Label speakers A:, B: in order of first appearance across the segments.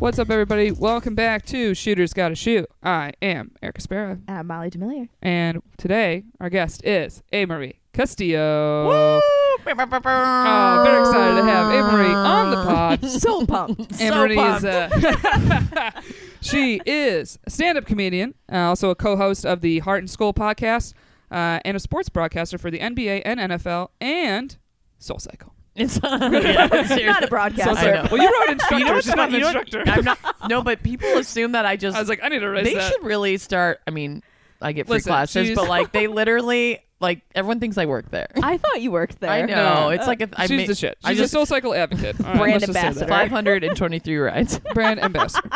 A: What's up, everybody? Welcome back to Shooters Gotta Shoot. I am Eric Sparrow,
B: Uh, Molly D'Amelio.
A: and today our guest is A. Marie Castillo. Oh, very excited to have A. Marie on the pod.
B: So pumped.
A: A. Marie is uh, she is a stand-up comedian, uh, also a co-host of the Heart and Skull podcast, uh, and a sports broadcaster for the NBA and NFL, and Soul Cycle.
C: It's yeah,
B: Not a
C: seriously.
B: broadcaster.
C: I know.
A: Well, you wrote instructor.
C: You know what's
A: She's not
C: funny?
A: an
C: You know
A: instructor.
C: what- I'm not. No, but people assume that I just.
A: I was like, I need to erase
C: they
A: that.
C: should really start. I mean, I get free
A: Listen,
C: classes,
A: she's-
C: but like they literally like everyone thinks I work there.
B: I thought you worked there.
C: I know.
A: No.
C: it's like a, I
A: She's
C: ma-
A: the shit.
C: I
A: She's
C: just
A: a Soul Cycle advocate. All right,
B: Brand
A: let's just say that.
B: ambassador.
C: 523 rides.
A: brand ambassador.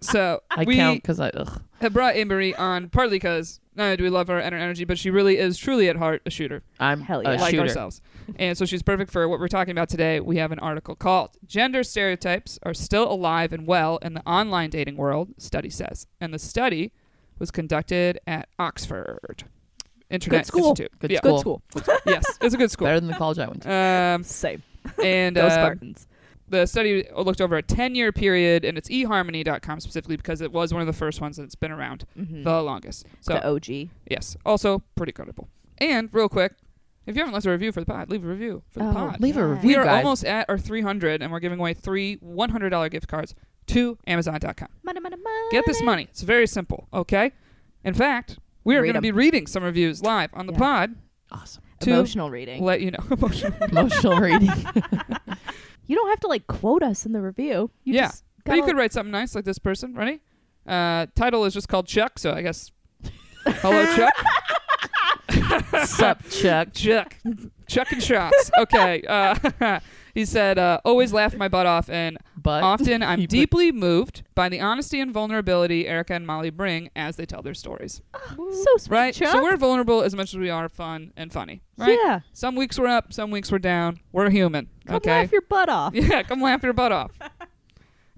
A: So
C: I
A: we
C: count because I. Ugh.
A: have brought Amory on partly because not only do we love her and her energy, but she really is truly at heart a shooter,
C: I'm
B: Hell
C: a
B: yeah.
A: like
C: shooter.
A: ourselves. And so she's perfect for what we're talking about today. We have an article called "Gender Stereotypes Are Still Alive and Well in the Online Dating World," study says, and the study was conducted at Oxford Internet
B: school.
A: Institute.
C: Good
A: yeah.
B: Good
C: Cool.
B: school.
A: yes, it's a good school.
C: Better than the college I went to.
A: Um,
B: Same.
A: and
B: Go
A: uh,
B: Spartans.
A: the study looked over a 10 year period and it's eharmony.com specifically because it was one of the first ones that's been around
C: Hmm.
A: the longest so
B: Mm-hmm. the OG.
A: yes also pretty credible and real quick if you haven't left a review for the pod leave a review for the
B: Oh,
A: pod
C: Leave a
B: Yeah.
C: review,
A: we are
C: guys.
A: almost at our 300 and we're giving away three $100 gift cards to amazon.com
B: Money, money, money.
A: get this money it's very simple okay in fact we are
B: Read
A: going to
B: 'em.
A: be reading some reviews live on the
B: Yeah.
A: pod
C: awesome.
A: to
B: Emotional reading.
A: let you know Emotional.
C: Emotional reading.
B: you don't have to like quote us in the review. You
A: Yeah.
B: Just
A: But you
B: gotta-
A: could write something nice like this person. Ready? Uh, title is just called Chuck, so I guess. Hello, Chuck.
C: Sup, Chuck.
A: Chuck. Chuck and shots. Okay. Uh, he said, uh, always laugh my butt off, and
C: But
A: often I'm
C: he put-
A: deeply moved by the honesty and vulnerability Erica and Molly bring as they tell their stories.
B: so sweet.
A: Right?
B: Chuck.
A: So we're vulnerable as much as we are fun and funny. Right?
B: Yeah.
A: Some weeks we're up, some weeks we're down. We're human.
B: Come
A: okay.
B: laugh your butt off.
A: Yeah, come laugh your butt off.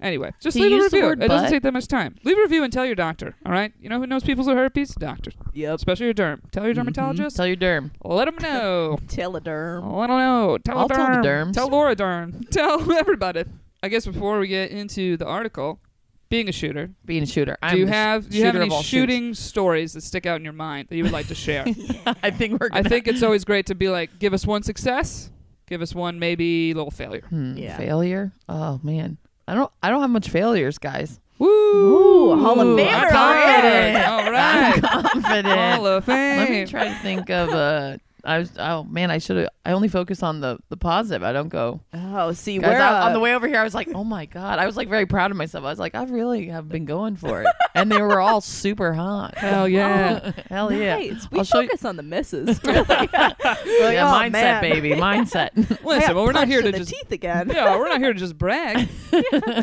A: Anyway, just
C: He
A: leave a
C: used the
A: review.
C: word
A: It doesn't
C: butt.
A: take that much time. Leave a review and tell your doctor. All right. You know who knows people with herpes? Doctors,
B: Yep.
A: especially your derm. Tell your dermatologist.
C: Mm-hmm. Tell your derm.
A: Let them know.
B: Telederm.
A: Let them know. Tell
C: I'll
A: a
C: tell the
A: derm.
C: derms.
A: Tell Laura derm. Tell everybody. I guess before we get into the article, being a shooter,
C: Being a shooter. I'm
A: do you
C: the sh-
A: have do you have
C: shooter of
A: any
C: all shooters.
A: shooting stories that stick out in your mind that you would like to share?
C: I think we're
A: I
C: gonna
A: think it's always great to be like, give us one success, give us one maybe little failure.
C: Hmm,
B: Yeah.
C: failure. Oh man, I don't. I don't have much failures, guys.
A: Woo!
B: Ooh, Hall of
A: I'm
B: Famer
A: confident.
C: already.
A: All
C: I'm
A: right. Hall
C: confident.
A: of
C: Let me
A: Fame.
C: try to think of a. I was. Oh man, I should have. I only focus on the the positive. I don't go.
B: Oh, see,
C: Guys,
B: we're
C: I- on
B: uh,
C: the way over here, I was like, oh my god. I was like very proud of myself. I was like, I really have been going for it, and they were all super hot.
A: Hell yeah.
C: Hell yeah.
B: Nice. We
C: I'll show you-
B: focus on the misses. Really. Like,
C: Yeah,
B: oh,
C: mindset,
B: man.
C: baby, mindset.
B: I
A: Listen,
B: got
A: well, we're not
B: punched
A: here
B: in
A: to
B: the
A: just.
B: teeth again.
A: Yeah, we're not here to just brag.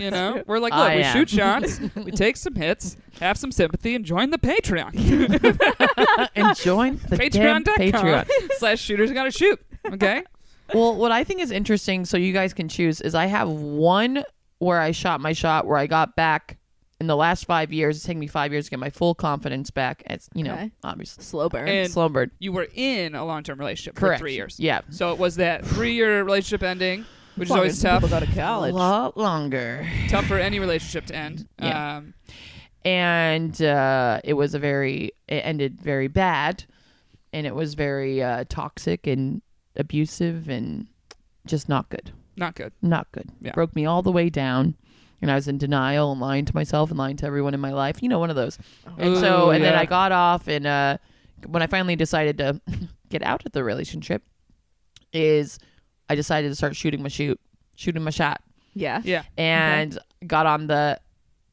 A: you know, we're like, look,
C: I
A: we
C: am.
A: shoot shots, we take some hits, have some sympathy, and join the Patreon.
C: and join the damn
A: Patreon.com
C: Patreon.
A: slash shooters gotta shoot. Okay?
C: Well, what I think is interesting, so you guys can choose, is I have one where I shot my shot where I got back in the last five years. It's taken me five years to get my full confidence back. It's you know,
B: Okay.
C: obviously
B: Slow burn.
A: And-
C: slumbered.
A: You were in a long term relationship
C: Correct.
A: for three years.
C: Yeah.
A: So it was that three year relationship ending, which is always tough.
B: People go to
C: A
B: college.
C: lot longer.
A: tough for any relationship to end.
C: Yeah.
A: Um,
C: And uh, it was a very it ended very bad and it was very uh, toxic and abusive and just not good.
A: not good.
C: not good.
A: Yeah.
C: Broke me all the way down. And I was in denial and lying to myself and lying to everyone in my life. You know, one of those. and so,
A: Ooh,
C: and then
A: yeah.
C: I got off. And uh, when I finally decided to get out of the relationship, is I decided to start shooting my shoot, shooting my shot,
B: Yeah.
A: Yeah.
C: and got on the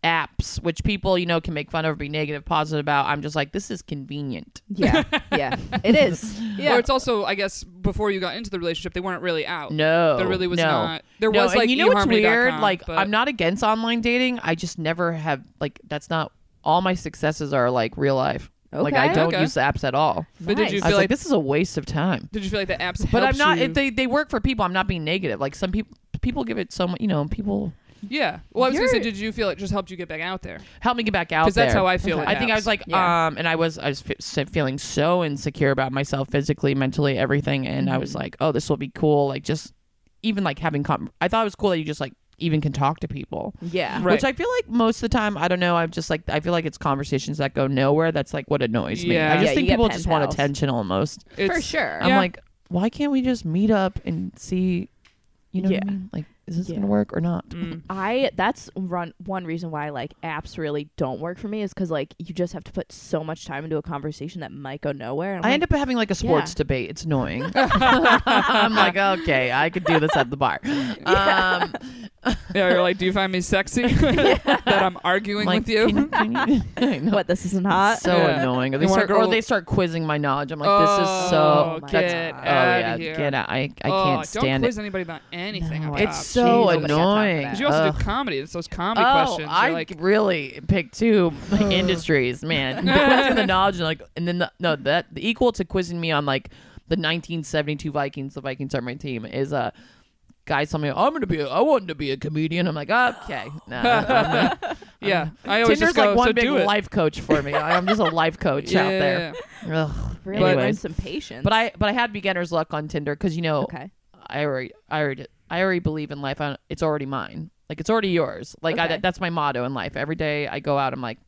C: apps, which people, you know, can make fun of or be negative, positive about. I'm just like, this is convenient.
B: Yeah, yeah, it is. Yeah,
A: Or it's also, I guess, before you got into the relationship, they weren't really out.
C: No.
A: There really was
C: no.
A: not- there
C: No,
A: was,
C: and
A: like,
C: you know what's
A: eHarmony.com,
C: weird? Like
A: but-
C: I'm not against online dating. I just never have like that's not all my successes are like real life. Like I
B: Okay.
C: don't
A: Okay.
C: use apps at all.
A: But did
B: Nice.
A: you
C: I
A: feel
C: was like,
A: like,
C: this is a waste of time.
A: did you feel like the apps?
C: But I'm
A: helped
C: not.
A: you-
C: They they work for people. I'm not being negative. Like some people people give it so much. You know, people
A: yeah. Well, I was gonna say,
B: You're-
A: did you feel it just helped you get back out there?
C: help me get back out.
A: 'Cause that's
C: there.
A: how I feel with
C: I think I was
A: apps.
C: like,
B: Yeah.
C: um, and I was I was fe- se- feeling so insecure about myself, physically, mentally, everything, and I
A: Mm-hmm.
C: was like, oh, this will be cool. Like just even like having. Com- I thought it was cool that you just like even can talk to people.
B: yeah.
A: Right.
C: Which I feel like most of the time, I don't know. I'm just like I feel like it's conversations that go nowhere. That's like what annoys me.
A: Yeah.
C: I just
B: Yeah,
C: think
B: you get
C: people
B: pen
C: just want
B: pals.
C: attention almost.
A: It's,
B: for sure.
A: Yeah.
C: I'm like, why can't we just meet up and see? You know what I
B: Yeah.
C: mean? Like, is this
B: Yeah.
C: gonna work or not?
A: Mm.
B: I that's run, one reason why like apps really don't work for me is because like you just have to put so much time into a conversation that might go nowhere. And
C: I end up having like a sports debate. It's annoying. I'm like, okay, I could do this at the bar. Um,
A: yeah, you're like, do you find me sexy? that I'm arguing
C: like,
A: with you.
C: can- can you- I know.
B: what this isn't hot.
C: so
A: Yeah.
C: annoying. Or
A: You
C: they,
A: wanna
C: start,
A: grow-
C: or they start quizzing my knowledge. I'm like, this is
A: Oh,
C: so.
B: my
C: that's-
A: get
B: God.
C: oh
A: outta
C: yeah,
A: here.
C: get out. I I
A: Oh,
C: can't stand
A: Don't
C: it.
A: quiz anybody about anything.
B: No.
A: about
C: It's
A: apps.
C: so
B: Jeez, nobody got time for
C: annoying.
B: that.
A: Because you also
C: Ugh.
A: do comedy. It's those comedy
C: Oh,
A: questions. You're
C: I
A: like,
C: really picked two industries, man. The quizzing the knowledge, and like, and then the, no, that the equal to quizzing me on like the 1972 Vikings. The Vikings are my team. Is uh, guys tell me I'm gonna be, a, I wanted to be a comedian. I'm like, okay, no. I'm-
A: yeah. I always
C: Tinder's
A: just go,
C: like one
A: so
C: big
A: do it.
C: life coach for me. I'm just a life coach out there. Ugh.
B: really
C: But-
B: learn some patience.
C: But I, but I had beginner's luck on Tinder because you know
B: okay.
C: I already, I already, I already believe in life. I, it's already mine. Like it's already yours. Like I,
B: Okay.
C: that's my motto in life. Every day I go out, I'm like,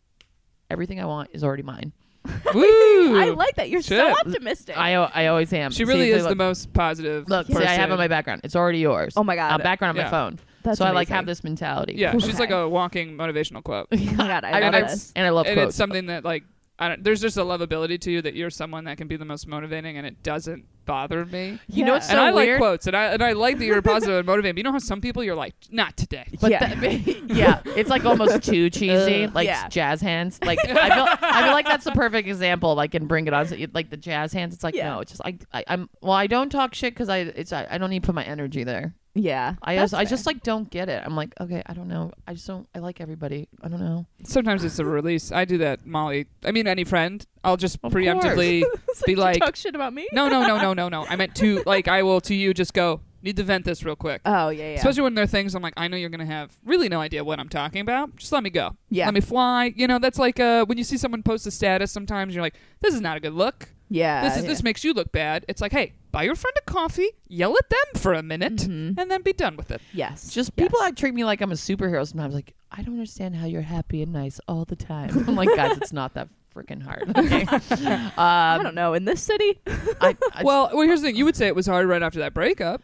C: everything I want is already mine.
A: Woo!
B: I like that you're so
A: Shit.
B: optimistic.
C: I, I always am.
A: She
C: See,
A: really
C: if
A: is the
C: I look,
A: most positive.
C: Look, see,
A: person.
C: I have on my background. It's already yours.
B: oh my god.
C: a background on
A: Yeah.
C: my phone.
B: That's
C: so I like have
B: amazing.
C: this mentality.
A: yeah, she's like
B: Okay.
A: a walking motivational quote.
B: Oh my god, I,
C: I,
B: love
A: I-
B: this.
C: and I love
A: and it's
C: quotes.
A: something that like I don't. There's just a lovability to you that you're someone that can be the most motivating, and it doesn't bother me.
C: You know
B: Yeah.
C: what's
A: and
C: so
A: I like
C: weird?
A: quotes, and I and I like that you're positive and motivating. But you know how some people you're like, not today.
C: But
B: Yeah.
C: that- yeah, it's like almost too cheesy,
B: Ugh.
C: like
B: Uh, Yeah.
C: jazz hands. Like I feel, I feel like that's the perfect example. Like in Bring It On, so you- like the jazz hands. It's like
B: Yeah.
C: no, it's just I, I, I'm well, I don't talk shit because I, it's I, I don't need to put my energy there.
B: Yeah.
C: I
B: that's
C: just, I
B: fair.
C: just like don't get it. I'm like, okay, I don't know. I just don't. I like everybody. I don't know.
A: Sometimes it's a release. I do that, Molly. I mean, any friend. I'll just
C: Of
A: preemptively
B: It's
A: be
B: you
A: like,
B: talk shit about me.
A: no, no, no, no, no, no. I meant to like I will to you just go. Need to vent this real quick.
B: Oh yeah, yeah.
A: Especially when there are things I'm like, I know you're gonna have really no idea what I'm talking about. Just let me go.
B: Yeah.
A: Let me fly. You know, that's like uh, when you see someone post a status. Sometimes you're like, this is not a good look.
B: yeah.
A: This is
B: Uh, yeah.
A: this makes you look bad. It's like, hey, buy your friend a coffee, yell at them for a minute,
B: Mhm.
A: and then be done with it.
B: Yes.
C: Just
B: yes.
C: people that treat me like I'm a superhero sometimes. Like I don't understand how you're happy and nice all the time. I'm like, guys, it's not that freaking hard. Okay? um,
B: I don't know. In this city,
C: I, I-
A: well, well, here's the thing. You would say it was hard right after that breakup.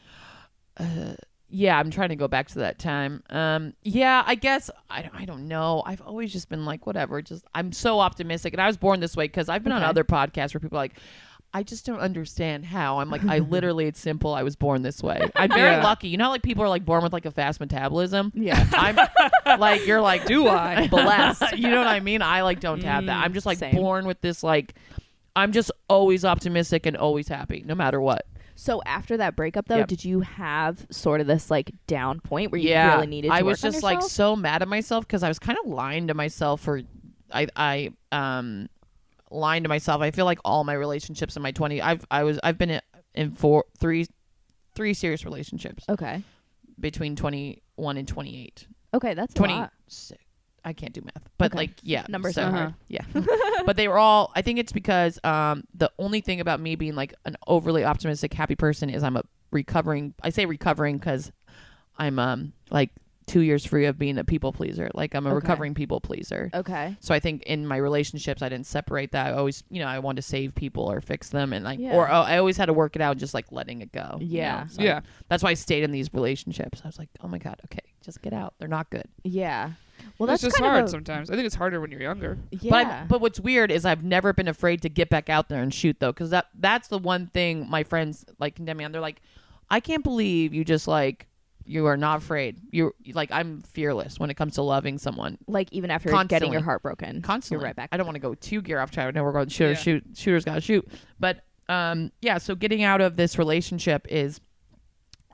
C: yeah, I'm trying to go back to that time. Um, yeah, I guess I don't, I don't know. I've always just been like, whatever. Just I'm so optimistic, and I was born this way because I've been on
B: Okay.
C: other podcasts where people are like. I just don't understand how. I'm like, I literally, it's simple. I was born this way. I'm very
A: Yeah.
C: lucky. You know, how, like people are like born with like a fast metabolism.
B: Yeah.
C: I'm like, you're like,
A: Do I?
C: blessed. you know what I mean? I like don't have that. I'm just like
B: Mm, same.
C: born with this like. I'm just always optimistic and always happy, no matter what.
B: So after that breakup, though,
C: Yep.
B: did you have sort of this like down point where you
C: yeah,
B: really needed? To
C: I
B: work
C: was
B: on
C: just like
B: yourself?
C: so mad at myself because I was kind of lying to myself for, I I um, lying to myself. I feel like all my relationships in my 20s, I've I was I've been in- in four three, three serious relationships
B: okay,
C: between 21 and 28.
B: okay, that's a lot.
C: 26 i can't do math but
B: Okay.
C: like yeah
B: Numbers
C: so
A: are
C: hard.
A: hard.
C: yeah but they were all i think it's because um the only thing about me being like an overly optimistic happy person is i'm a recovering i say recovering because i'm um like two years free of being a people pleaser like i'm a
B: Okay. Oh.
C: recovering people pleaser
B: Okay,
C: so I think in my relationships, I didn't separate that. I always, you know, I wanted to save people or fix them, and like,
B: Yeah.
C: or oh, I always had to work it out, just like letting it go. you
B: Yeah.
C: know? So
A: Yeah.
C: That's why I stayed in these relationships. I was like, oh my god, okay, just get out. They're not good.
B: yeah. Well,
A: it's
B: that's
A: just
B: kind
A: hard
B: of a,
A: sometimes. I think it's harder when you're younger.
B: yeah.
C: But I, but what's weird is I've never been afraid to get back out there and shoot though, because that that's the one thing my friends like condemn me on. They're like, I can't believe you just like you are not afraid. You like I'm fearless when it comes to loving someone.
B: Like even after getting
C: Constantly.
B: your heart broken,
C: Constantly,
B: you're right back.
C: I don't want to go too gear off track. I know we're going shooter
A: Yeah.
C: shoot shooters got to shoot, but um yeah. So getting out of this relationship is,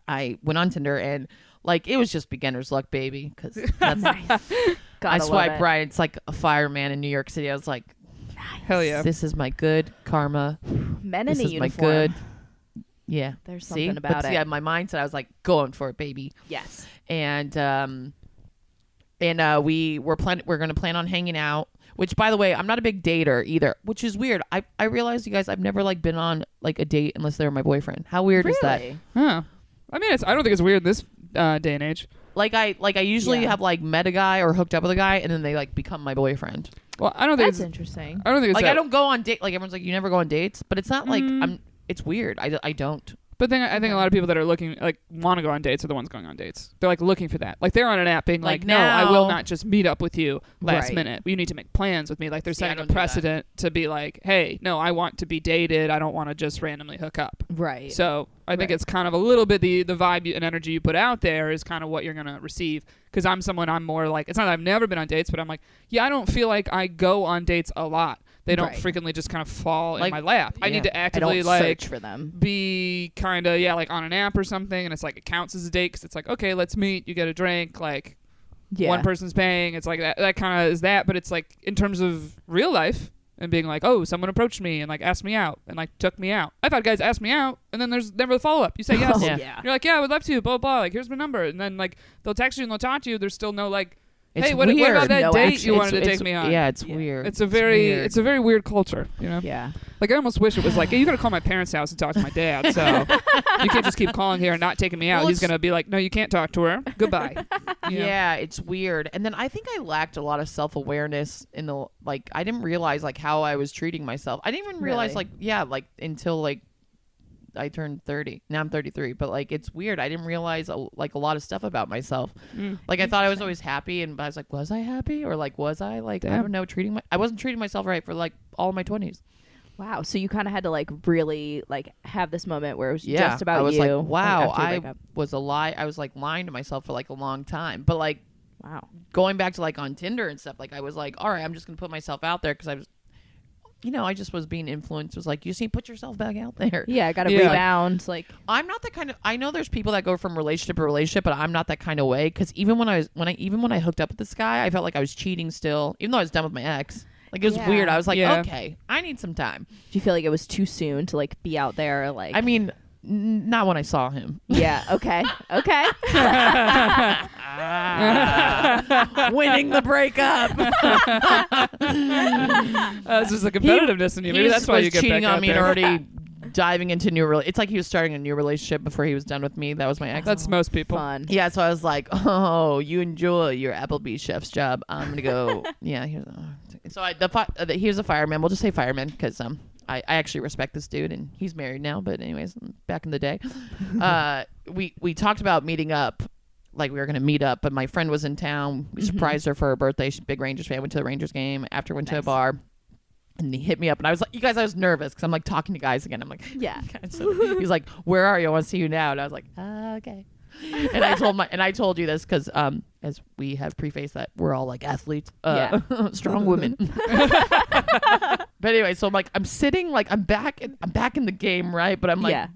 C: I went on Tinder and like it was just beginner's luck, baby, because that's I
B: Gotta love
C: swiped
B: it.
C: right. It's like a fireman in New York City. I was like,
A: Hell yeah.
C: this is my good karma.
B: Men in
C: This
B: a
C: is my
B: uniform.
C: good. Yeah.
B: There's
C: See?
B: something about
C: but
B: it.
C: See, I, my mindset, I was like, going for it, baby.
B: yes.
C: And um, and uh, we were plan. We're gonna plan on hanging out. Which, by the way, I'm not a big dater either, which is weird. I I realized, you guys, I've never like been on like a date unless they were my boyfriend. How weird is that?
B: Really?
A: Huh. I mean, it's, I don't think it's weird in this uh, day and age.
C: Like I like I usually
B: Yeah.
C: have like met a guy or hooked up with a guy, and then they like become my boyfriend.
A: Well, I don't think
B: That's
A: it's,
B: interesting.
A: I don't think it's
C: like
A: that-
C: I don't go on date. Like everyone's like, you never go on dates, but it's not like
B: Mm-hmm.
C: I'm. It's weird. I, I don't.
A: But then I think a lot of people that are looking like want to go on dates are the ones going on dates. They're like looking for that. Like they're on an app being like,
C: Like,
A: no, I will
C: now-
A: not just meet up with you last
C: Right.
A: minute. You need to make plans with me. Like they're
C: See, I
A: setting a
C: don't do that.
A: precedent to be like, hey, no, I want to be dated. I don't want to just randomly hook up.
B: Right.
A: So I think
B: Right.
A: it's kind of a little bit the the vibe you- and energy you put out there is kind of what you're gonna receive. Because I'm someone I'm more like it's not that I've never been on dates, but I'm like yeah, I don't feel like I go on dates a lot. They don't
B: Right.
A: frequently just kind of fall
C: Like-
A: in my lap. I
C: yeah.
A: need to
B: I
A: actively
B: don't
A: like
B: search for them.
A: be kind of yeah like on an app or something and it's like it counts as a date because it's like okay let's meet you get a drink like
B: Yeah.
A: one person's paying it's like that that kind of is that but it's like in terms of real life and being like oh someone approached me and like asked me out and like took me out i've had guys ask me out and then there's never the follow-up you say yes
B: Oh,
C: Yeah.
B: yeah.
A: you're like yeah i would love to blah blah like here's my number and then like they'll text you and they'll talk to you there's still no like
C: It's
A: hey what, what
C: weird.
A: about that
B: No
A: date
B: action.
A: you wanted to
C: It's-
A: take
C: it's-
A: me on
C: Yeah, it's
B: Yeah.
C: weird.
A: it's a very
C: weird.
A: it's, a very weird culture you know
B: Yeah.
A: like I almost wish it was like, hey, you gotta call my parents' house and talk to my dad. So you can't just keep calling here and not taking me out.
C: Well,
A: He's
C: it's-
A: gonna be like, no, you can't talk to her. Goodbye. You know?
C: yeah, it's weird. And then I think I lacked a lot of self awareness in the like. I didn't realize like how I was treating myself. I didn't even realize
B: Really?
C: like yeah like until like I turned thirty. Now I'm thirty three. But like it's weird. I didn't realize a, like a lot of stuff about myself.
A: Hmm.
C: Like I thought I was always happy, and I was like, was I happy or like was I like I
A: Damn.
C: don't know treating my I wasn't treating myself right for like all my twenties.
B: Wow. So you kind of had to like really like have this moment where it was
C: yeah,
B: just about
C: I was
B: you.
C: like, wow,
B: after your
C: I
B: breakup.
C: was a lie. I was like lying to myself for like a long time. But like
B: Wow.
C: going back to like on Tinder and stuff, like I was like, all right, I'm just gonna put myself out there because I was, you know, I just was being influenced. It Was like, you see, put yourself back out there.
B: Yeah. I got to
A: Yeah.
B: rebound. Like.
C: I'm not that kind of. I know there's people that go from relationship to relationship, but I'm not that kind of way. Because even when I was when I even when I hooked up with this guy, I felt like I was cheating still, even though I was done with my ex. Like it was
B: Yeah.
C: weird. I was like,
A: Yeah.
C: okay, I need some time.
B: Do you feel like it was too soon to like be out there? Like.
C: I mean, n- not when I saw him.
B: Yeah. Okay. Okay.
C: Winning the breakup.
A: Uh, it's just the competitiveness in you. Maybe
C: he
A: that's why
C: was
A: you get
C: cheating
A: back
C: on
A: out
C: me
A: there.
C: and already diving into new. Rela- it's like he was starting a new relationship before he was done with me. That was my ex.
A: That's most people.
B: Fun.
C: yeah, so I was like, "Oh, you enjoy your Applebee's chef's job. I'm gonna go." yeah, here's so I the, fi- uh, the he was a fireman. We'll just say fireman because um I, I actually respect this dude and he's married now. But anyways, back in the day, uh we we talked about meeting up, like we were gonna meet up. But my friend was in town. We surprised her for her birthday. She's a big Rangers fan. Went to the Rangers game. After went to a bar. And he hit me up, and I was like, "You guys, I was nervous because I'm like talking to guys again. I'm like,
B: Yeah.
C: and so he's like, "Where are you? I want to see you now." And I was like, "Ah, "Okay." And I told my and I told you this because um, as we have prefaced that we're all like athletes, uh, strong women. but anyway, so I'm like, I'm sitting like I'm back in I'm back in the game, right? But I'm like.
B: Yeah.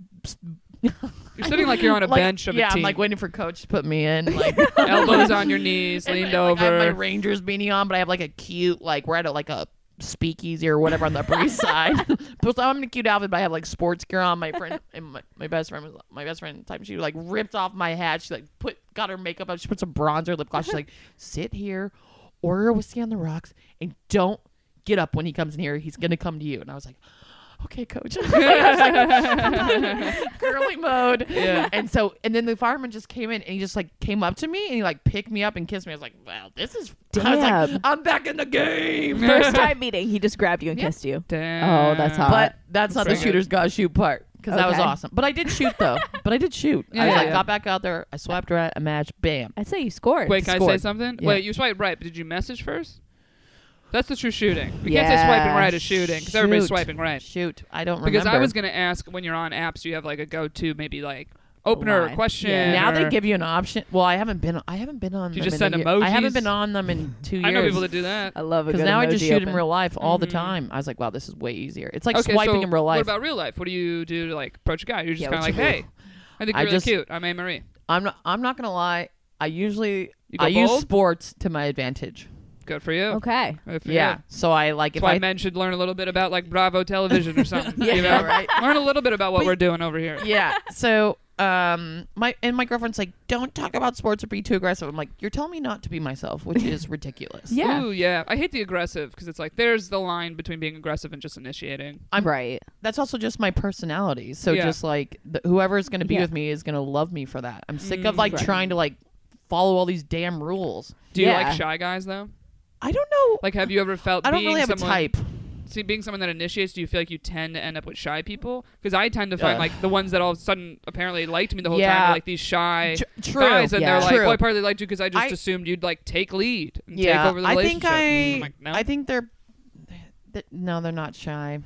A: You're sitting like you're on a
C: like-
A: bench of
C: yeah,
A: a team.
C: I'm like waiting for coach to put me in. Like,
A: Elbows on your knees, leaned
C: like, I have my
A: over.
C: Rangers beanie on, but I have like a cute, like we're at a, like a speakeasy or whatever on the Upper East Side. but so I'm in a cute outfit, but I have like sports gear on. My friend and my, my best friend was my best friend. at the Time she like ripped off my hat. She like put got her makeup up. She put some bronzer, lip gloss. She's like, sit here, order a whiskey on the rocks, and don't get up when he comes in here. He's gonna come to you. And I was like. Okay, coach. I was like, Girly mode.
A: Yeah.
C: And so, and then the fireman just came in and he just like came up to me and he like picked me up and kissed me. I was like, wow, this is. I was
B: Damn.
C: like, I'm back in the game.
B: First time meeting, he just grabbed you and kissed you.
A: Damn.
B: Oh, that's hot.
C: But that's not the
A: pretty good.
C: shooter's got to shoot part because that was
B: Okay.
C: awesome. But I did shoot though. but I did shoot.
A: Yeah,
C: I was
A: yeah,
C: like,
A: yeah.
C: got back out there. I swapped her at a match. Bam.
B: I'd say you scored.
A: Wait, can I say
C: Scored.
A: something?
C: Yeah.
A: Wait, you swiped right, but did you message first? That's the true shooting. You can't say swiping
B: Yeah.
A: right is shooting because everybody's
C: Shoot.
A: swiping right.
C: Shoot. I don't
A: Because
C: remember.
A: I was going to ask when you're on apps, do you have like a go to maybe like opener
B: Line.
A: question.
B: Yeah.
C: Now they
A: or-
C: give you an option. Well, I haven't been. I haven't been on.
A: Do you
C: them
A: just
C: in a
A: send
C: year. I haven't
A: emojis?
C: been on them in two years.
A: I know people that do that.
C: Uh,
B: I love it.
C: Because now I just shoot in real life all the time. I was like, wow, this is way easier. It's like swiping
A: Mm-hmm. so
C: in real
A: What
C: life.
A: about real life? What do you do to like approach a guy? You're just
C: Yeah,
A: kind of
C: what
A: like,
C: you
A: hey, I think you're
C: I
A: really
C: just-
A: cute. I'm Anne Marie.
C: I'm not. I'm not gonna lie. I usually
A: You go
C: I use
A: bold?
C: sports to my advantage.
A: Good for you.
B: Okay.
A: Good for
C: Yeah.
A: You.
C: So I like
A: That's
C: if
A: why
C: I
A: men should learn a little bit about like Bravo Television or something. you know?
C: right.
A: Learn a little bit about what we're doing over here.
C: yeah. So um my and my girlfriend's like, don't talk about sports or be too aggressive. I'm like, you're telling me not to be myself, which is ridiculous.
B: Yeah.
A: Ooh, yeah. I hate the aggressive because it's like there's the line between being aggressive and just initiating.
C: I'm-
B: right.
C: That's also just my personality. So
A: Yeah.
C: just like the, whoever's going to be
B: Yeah.
C: with me is going to love me for that. I'm sick
A: Mm,
C: of like
B: right.
C: trying to like follow all these damn rules.
A: Do you
B: Yeah.
A: like shy guys though?
C: I don't know.
A: Like, have you ever felt?
C: I don't
A: being
C: really have
A: someone,
C: a type.
A: See, being someone that initiates, do you feel like you tend to end up with shy people? Because I tend to find
C: Ugh.
A: like the ones that all of a sudden apparently liked me the whole time,
C: Yeah.
A: are, like these shy
C: Tr- true.
A: guys, and
B: Yeah.
A: they're like,
C: True.
A: "Well, I partly liked you because I just
C: I-
A: assumed you'd like take lead, and
C: yeah.
A: take over the
C: I think
A: relationship."
C: I.
A: And I'm like, no.
C: I think they're. th- No, they're not shy.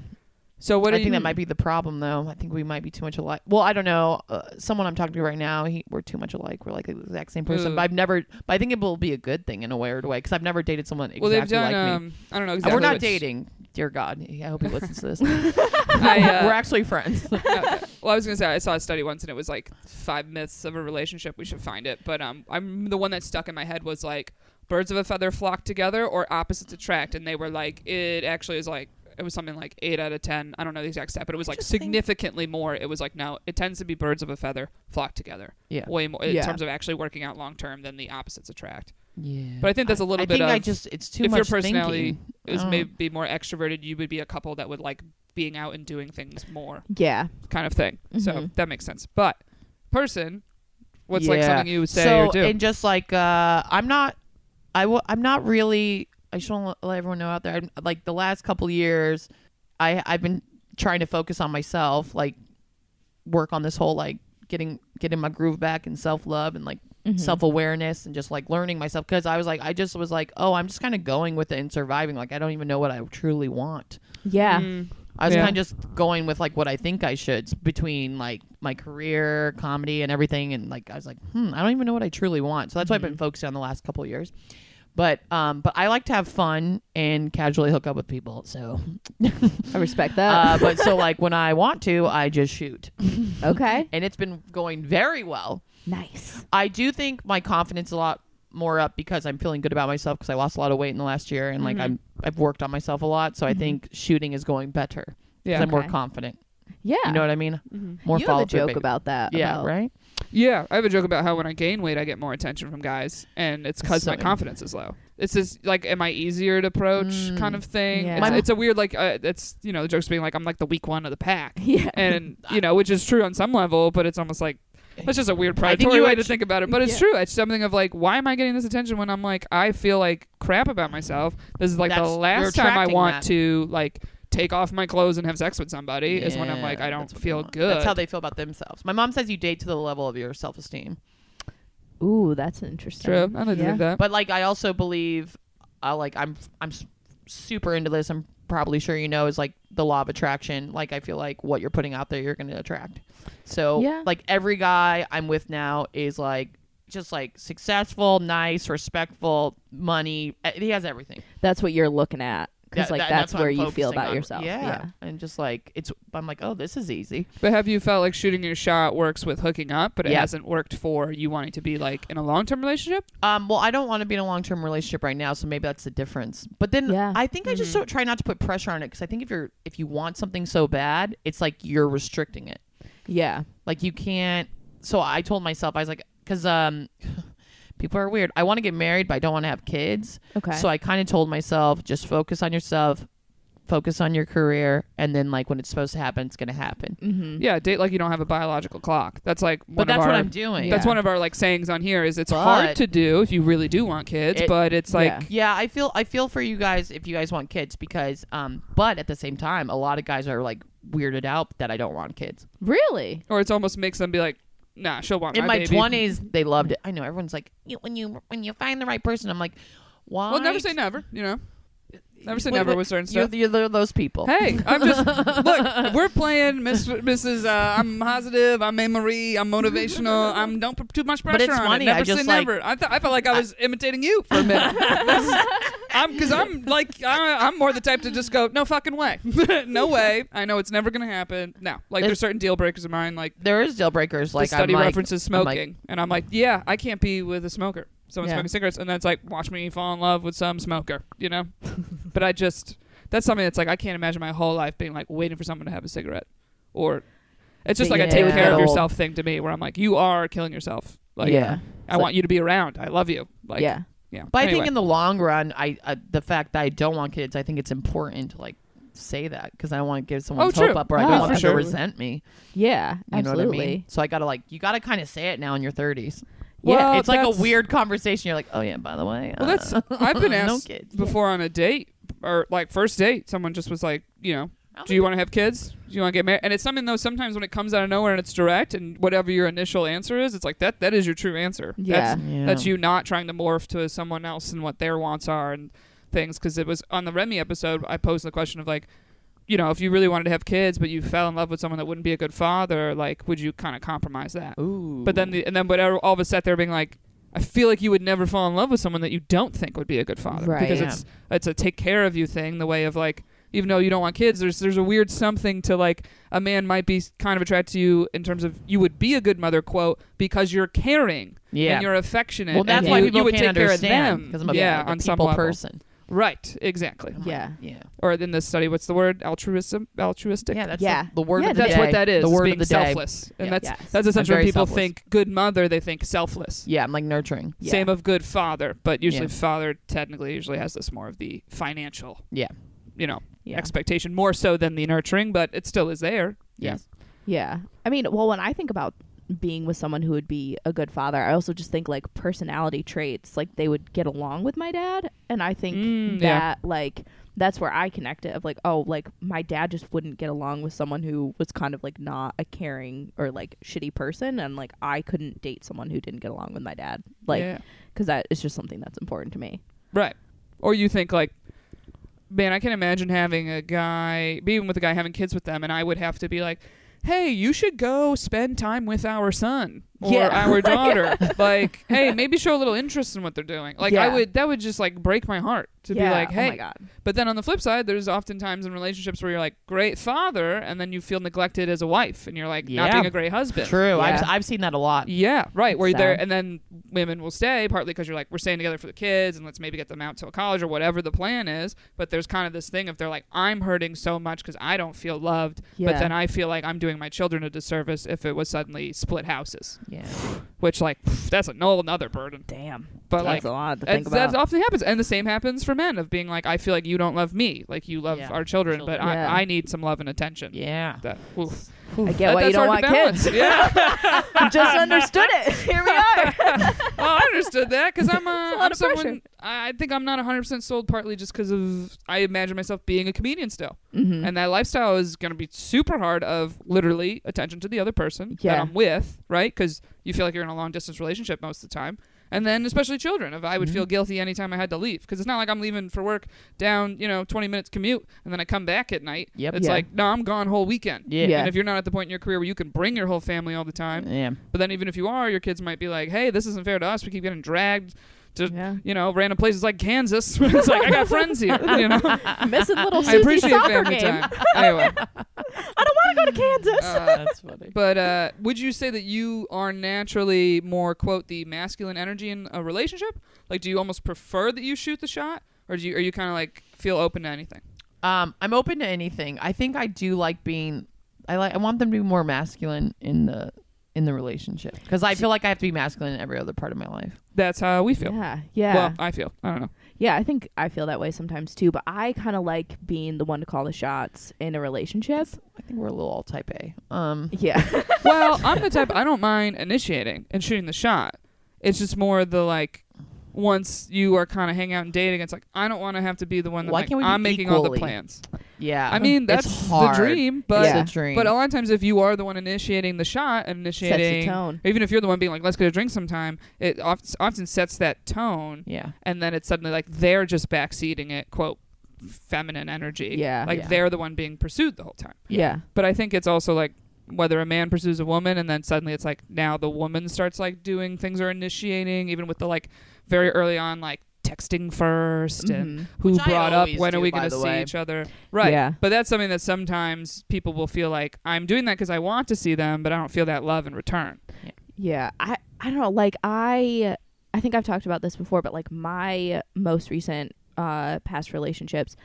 A: so. What
C: I
A: do
C: think
A: you,
C: that might be the problem, though. I think we might be too much alike. Well, I don't know. Uh, someone I'm talking to right now, he, we're too much alike. We're like the exact same person.
A: Ooh.
C: But I've never. But I think it will be a good thing in a weird way because I've never dated someone exactly
A: Well, they've done.
C: like me.
A: um, I don't know.
C: And
A: Exactly
C: we're not
A: which-
C: dating. Dear God, I hope he listens to this.
A: I, uh,
C: we're actually friends.
A: no, well, I was gonna say I saw a study once, and it was like five myths of a relationship. We should find it, but um, I'm the one that stuck in my head was like birds of a feather flock together or opposites attract, and they were like it actually is like it was something like eight out of ten. I don't know the exact stat, but it was like
C: Interesting.
A: significantly more. It was like no, it tends to be birds of a feather flock together.
C: Yeah.
A: way more in
B: Yeah.
A: terms of actually working out long term than the opposites attract.
C: yeah.
A: But I think that's a little
C: I
A: bit
C: think
A: of
C: I just it's too
A: if
C: much
A: your personality
C: thinking. Oh. I
A: is
C: don't-
A: maybe more extroverted, you would be a couple that would like being out and doing things more
B: Yeah.
A: kind of thing.
C: Mm-hmm.
A: So
B: Mhm.
A: that makes sense. But person, what's like
C: Yeah.
A: something you would say
C: so,
A: or do?
C: And just like uh, I'm not, I w- I'm not really. I just want to let everyone know out there. I'm, like the last couple years, I I've been trying to focus on myself, like work on this whole like getting getting my groove back and self love and like self awareness and just like learning myself because I was like I just was like oh I'm just kind of going with it and surviving like I don't even know what I truly want.
B: Yeah.
A: Mm,
C: I was
A: Yeah.
C: kind of just going with like what I think I should s- between like my career, comedy, and everything. And like I was like, hmm, I don't even know what I truly want. So that's why I've been focusing on the last couple of years. But um, but I like to have fun and casually hook up with people. So
B: I respect that.
C: uh, but so like when I want to, I just shoot, Um,
B: okay.
C: and it's been going very well.
B: Nice.
C: I do think my confidence a lot more up because I'm feeling good about myself because I lost a lot of weight in the last year and like I'm I've worked on myself a lot. So I think shooting is going better. 'cause
A: Yeah.
C: I'm more
B: Okay.
C: confident.
B: Yeah.
C: You know what I mean? More
B: you have
C: follow
B: a joke about that.
C: yeah,
B: about-
C: right.
A: yeah, I have a joke about how when I gain weight, I get more attention from guys, and it's because
C: So-
A: my confidence is low. It's this like, am I easier to approach
C: Mm.
A: kind of thing.
B: Yeah.
A: It's,
C: My-
A: it's a weird like, uh, it's you know, the joke's being like, I'm like the weak one of the pack,
B: Yeah.
A: and you know, which is true on some level, but it's almost like. That's just a weird
C: I think
A: predatory
C: you
A: way to
C: actu-
A: think about it, but it's
B: Yeah.
A: true. It's something of like, why am I getting this attention when I'm like, I feel like crap about myself. This is like
C: That's-
A: the
C: you're
A: last time I
C: attracting
A: want
C: that.
A: to like take off my clothes and have sex with somebody. Is when I'm
C: Yeah,
A: like, I don't
C: that's what
A: feel
C: want.
A: good.
C: That's how they feel about themselves. My mom says you date to the level of your self esteem,
B: Ooh, that's interesting.
A: true. I didn't
B: yeah.
A: think that.
C: but like I also believe, uh, like I'm I'm s- super into this. I'm probably sure you know is like the law of attraction. Like I feel like what you're putting out there, you're going to attract. So
B: Yeah.
C: like every guy I'm with now is like just like successful, nice, respectful, money. Uh, He has everything.
B: That's what you're looking at. Because
C: That-
B: like
C: that-
B: that's,
C: what
B: where
C: I'm
B: you feel
C: focusing
B: about
C: on.
B: yourself.
C: yeah, and just like it's. I'm like, oh, this is easy.
A: But have you felt like shooting your shot works with hooking up, but it
C: Yeah.
A: hasn't worked for you wanting to be like in a long term relationship?
C: Um, well, I don't want to be in a long term relationship right now, so maybe that's the difference. But then
B: Yeah.
C: I think I just
A: Mm-hmm.
C: don't try not to put pressure on it because I think if you're if you want something so bad, it's like you're restricting it.
B: Yeah.
C: Like you can't. So I told myself I was like, because um, people are weird. I want to get married, but I don't want to have kids.
B: Okay.
C: So I kind of told myself just focus on yourself, focus on your career, and then like when it's supposed to happen, it's gonna happen.
B: Mm-hmm.
A: Yeah, date like you don't have a biological clock. That's like one
C: But that's
A: of our
C: what I'm doing.
A: that's
B: Yeah.
A: one of our like sayings on here is it's
C: But-
A: hard to do if you really do want kids,
C: It-
A: but it's like
B: yeah.
C: Yeah, I feel I feel for you guys if you guys want kids because um but at the same time a lot of guys are like weirded out that I don't want kids.
B: Really?
A: or it's almost makes them be like, nah, she'll want
C: In
A: my
C: my
A: baby.
C: twenties they loved it. I know everyone's like you, when you when you find the right person I'm like why
A: Well, never say never, you know. Never say
C: Wait,
A: never
C: wait,
A: with certain
C: You're,
A: stuff.
C: you're the- those people.
A: Hey, I'm just look. We're playing Miss Mrs. Uh, I'm positive. I'm Anne Marie. I'm motivational. I'm don't put too much pressure
C: But it's
A: on
C: funny,
A: it. Never
C: I just,
A: say
C: like-
A: never. I, th- I felt like I was imitating you for a minute. This is- I'm because I'm like I, I'm more the type to just go no fucking way, no way. I know it's never gonna happen. No, like
C: It's-
A: there's certain deal breakers of mine. Like
C: There is deal breakers. Like
A: the study
C: I'm like,
A: references
C: I'm
A: smoking,
C: like-
A: and I'm like, yeah, I can't be with a smoker. Someone
C: Yeah.
A: smoking cigarettes, and that's like, watch me fall in love with some smoker, you know. but I just that's something that's like I can't imagine my whole life being like waiting for someone to have a cigarette, or it's just like a
C: Yeah.
A: take care of
C: Old.
A: yourself thing to me, where I'm like, you are killing yourself. Like,
C: yeah.
A: I want you to be around. I love you. Like,
B: yeah.
A: yeah.
C: But I
A: Anyway.
C: think in the long run, I uh, the fact that I don't want kids, I think it's important to like say that because I don't want to give someone
A: Oh,
C: hope
A: true.
C: up or I
B: Oh,
C: don't
B: for
C: want them
A: sure.
C: to resent me.
B: Yeah.
C: You
B: absolutely.
C: know what I mean? So I gotta like you gotta kind of say it now in your thirties.
A: Well,
C: yeah, it's like a
A: that's-
C: weird conversation. You're like, oh yeah, by the way,
A: Well,
C: uh,
A: that's I've been
C: no
A: asked
C: kids.
A: before on a date or like first date. Someone just was like, you know,
C: don't
A: do you want to have kids? Do you want to get married? And it's something though. Sometimes when it comes out of nowhere and it's direct, and whatever your initial answer is, it's like that. That is your true answer. That's,
C: Yeah.
A: that's you not trying to morph to someone else and what their wants are and things. Because it was on the Remy episode, I posed the question of like, you know, if you really wanted to have kids, but you fell in love with someone that wouldn't be a good father, like, would you kind of compromise that?
C: Ooh.
A: But then, the, and then, but all of us sat there being like, I feel like you would never fall in love with someone that you don't think would be a good father,
B: Right.
A: Because
C: Yeah.
A: it's it's a take care of you thing. The way of like, even though you don't want kids, there's there's a weird something to like a man might be kind of attracted to you in terms of you would be a good mother, quote, because you're caring
C: yeah.
A: and you're affectionate.
C: well, that's
A: and
C: why
A: you,
C: people
A: you would
C: can't
A: take care of
C: understand
A: them.
C: because I'm a,
A: yeah,
C: like a
A: on some
C: people
A: level.
C: person.
A: Right, exactly.
B: Yeah.
C: Yeah,
A: Or in this study, what's the word? Altruism, altruistic.
C: yeah, that's
B: Yeah.
C: The, the word.
B: Yeah,
C: of the
A: that's
C: day.
A: what that is.
C: The word
A: being
C: of the day.
A: selfless, and
C: Yeah.
A: that's
B: Yes.
A: that's essentially when
C: very
A: people
C: selfless.
A: think good mother, they think selfless.
C: Yeah, I'm like nurturing.
B: Yeah.
A: Same of good father, but usually
C: Yeah.
A: father technically usually has this more of the financial,
C: Yeah.
A: you know,
B: Yeah.
A: expectation more so than the nurturing, but it still is there.
C: Yes.
B: Yeah. I mean, well, when I think about being with someone who would be a good father, I also just think like personality traits, like they would get along with my dad. And I think
A: Mm,
B: that,
A: yeah.
B: like, that's where I connect it of like, oh, like my dad just wouldn't get along with someone who was kind of like not a caring or like shitty person. And like, I couldn't date someone who didn't get along with my dad. Like,
A: Yeah.
B: because that is just something that's important to me.
A: right. Or you think like, man, I can imagine having a guy being with a guy having kids with them, and I would have to be like. Hey, you should go spend time with our son or
B: Yeah.
A: our daughter. like, hey, maybe show a little interest in what they're doing. Like, I
B: Yeah.
A: would that would just like break my heart to
B: Yeah.
A: be like,
B: oh
A: hey,
B: my God.
A: But then on the flip side, there's oftentimes in relationships where you're like great father, and then you feel neglected as a wife, and you're like not
C: Yeah.
A: being a great husband.
C: True. I've
B: Yeah.
C: I've seen that a lot.
A: Yeah, right. Where there,
B: Sad.
A: and then women will stay partly because you're like we're staying together for the kids, and let's maybe get them out to college or whatever the plan is. But there's kind of this thing if they're like I'm hurting so much because I don't feel loved, but
B: Yeah.
A: then I feel like I'm doing my children a disservice if it was suddenly split houses,
C: Yeah.
A: which like that's a whole another burden.
B: Damn.
A: But
B: that's
A: like
B: a lot to
A: that's,
B: think
A: that
B: about.
A: often happens, and the same happens for men of being like, I feel like you don't love me, like you love
C: Yeah.
A: our children,
C: Children.
A: but I,
B: Yeah.
A: I need some love and attention.
C: Yeah.
A: that, oof.
B: I get why
A: That- that's
B: you don't
A: hard
B: want
A: to
B: kids.
A: balance. Yeah,
B: just understood it. Here we are.
A: oh, I understood that because I'm, uh,
B: a lot
A: I'm
B: of
A: someone.
B: pressure.
A: I I think I'm not 100 percent sold, partly just because of I imagine myself being a comedian still,
B: Mm-hmm.
A: and that lifestyle is going to be super hard of literally attention to the other person that
B: Yeah.
A: I'm with, right? Because you feel like you're in a long distance relationship most of the time. And then, especially children, if I would
B: Mm-hmm.
A: feel guilty anytime I had to leave, because it's not like I'm leaving for work down, you know, 20 minutes commute, and then I come back at night.
C: Yep.
A: It's
B: Yeah.
A: like, no, I'm gone whole weekend.
C: Yeah.
B: Yeah.
A: And if you're not at the point in your career where you can bring your whole family all the time,
C: Yeah.
A: but then even if you are, your kids might be like, hey, this isn't fair to us. We keep getting dragged to,
B: Yeah.
A: you know, random places like Kansas. it's like, I got friends here, you know?
B: Missing little
A: I
B: Susie's
A: appreciate
B: soccer
A: family
B: game.
A: time. Anyway.
B: I don't want to go to Kansas.
A: uh,
C: That's funny.
A: but uh, would you say that you are naturally more quote the masculine energy in a relationship? Like, do you almost prefer that you shoot the shot, or do you are you kind of like feel open to anything?
C: Um, I'm open to anything. I think I do like being. I like. I want them to be more masculine in the in the relationship because I feel like I have to be masculine in every other part of my life.
A: That's how we feel.
B: yeah, yeah,
A: Well, I feel. I don't know.
B: yeah. I think I feel that way sometimes too. But I kind of like being the one to call the shots in a relationship.
C: I think we're a little all type A. Um,
B: Yeah,
A: well, I'm the type I don't mind initiating and shooting the shot. It's just more the like. Once you are kind of hanging out and dating, it's like I don't want to have to be the one that
C: Why
A: like,
C: can't we be
A: I'm making all the
C: equally?
A: plans.
C: yeah.
A: I mean,
C: It's
A: that's
C: hard.
A: the dream, but
B: Yeah.
C: it's a dream.
A: But a lot of times, if you are the one initiating the shot and
B: sets the
A: initiating,
B: tone.
A: even if you're the one being like, "Let's get a drink sometime," it oft- often sets that tone,
C: yeah.
A: and then it's suddenly like they're just backseating it, quote, feminine energy.
B: Yeah.
A: Like
B: Yeah.
A: they're the one being pursued the whole time.
B: yeah.
A: But I think it's also like whether a man pursues a woman and then suddenly it's like now the woman starts like doing things or initiating, even with the like very early on, like texting 1st and
B: Mhm.
A: who
C: Mm-hmm. Which I
A: brought up,
C: always
A: when are
C: do,
A: we
C: by
A: going to
C: the
A: see
C: way.
A: each other. Right.
B: Yeah.
A: But that's something that sometimes people will feel like I'm doing that because I want to see them, but I don't feel that love in return.
B: Yeah, I I don't know. Like I I think I've talked about this before, but like my most recent uh past relationships,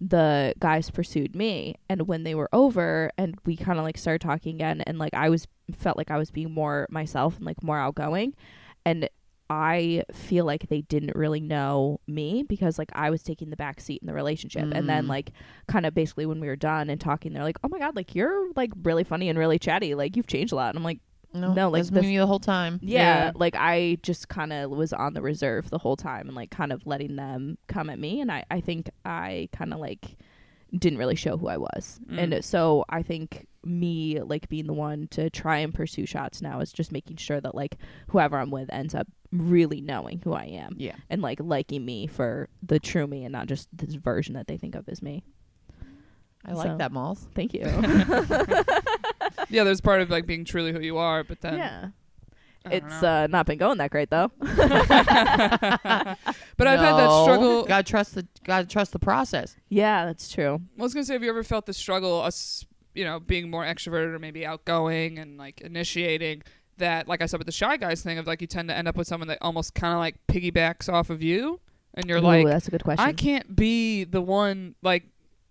B: the guys pursued me, and when they were over, and we kind of like started talking again, and like I was felt like I was being more myself and like more outgoing, and I feel like they didn't really know me because like I was taking the back seat in the relationship, and then like kind of basically when we were done and talking, they're like, "Oh my god, like you're like really funny and really chatty, like you've changed a lot," and I'm like.
C: No,
B: No, like
C: that's
B: the-
C: me the whole time.
B: Yeah,
A: Yeah.
B: like I just kind of was on the reserve the whole time and like kind of letting them come at me. And I, I think I kind of like didn't really show who I was. And so I think me like being the one to try and pursue shots now is just making sure that like whoever I'm with ends up really knowing who I am
C: Yeah.
B: and like liking me for the true me and not just this version that they think of as me.
C: I like
B: So-
C: that, Malls.
B: Thank you.
A: Yeah, there's part of like being truly who you are, but then
B: yeah.
A: I don't
B: It's
A: know.
B: uh, not been going that great though.
A: but I've had that
C: No.
A: struggle.
C: Gotta trust the gotta trust the process.
B: Yeah, that's true.
A: I was gonna say, have you ever felt the struggle, us, you know, being more extroverted or maybe outgoing and like initiating? That, like I said with the shy guys thing, of like you tend to end up with someone that almost kind of like piggybacks off of you, and you're
B: Ooh,
A: like,
B: that's a good question.
A: I can't be the one like.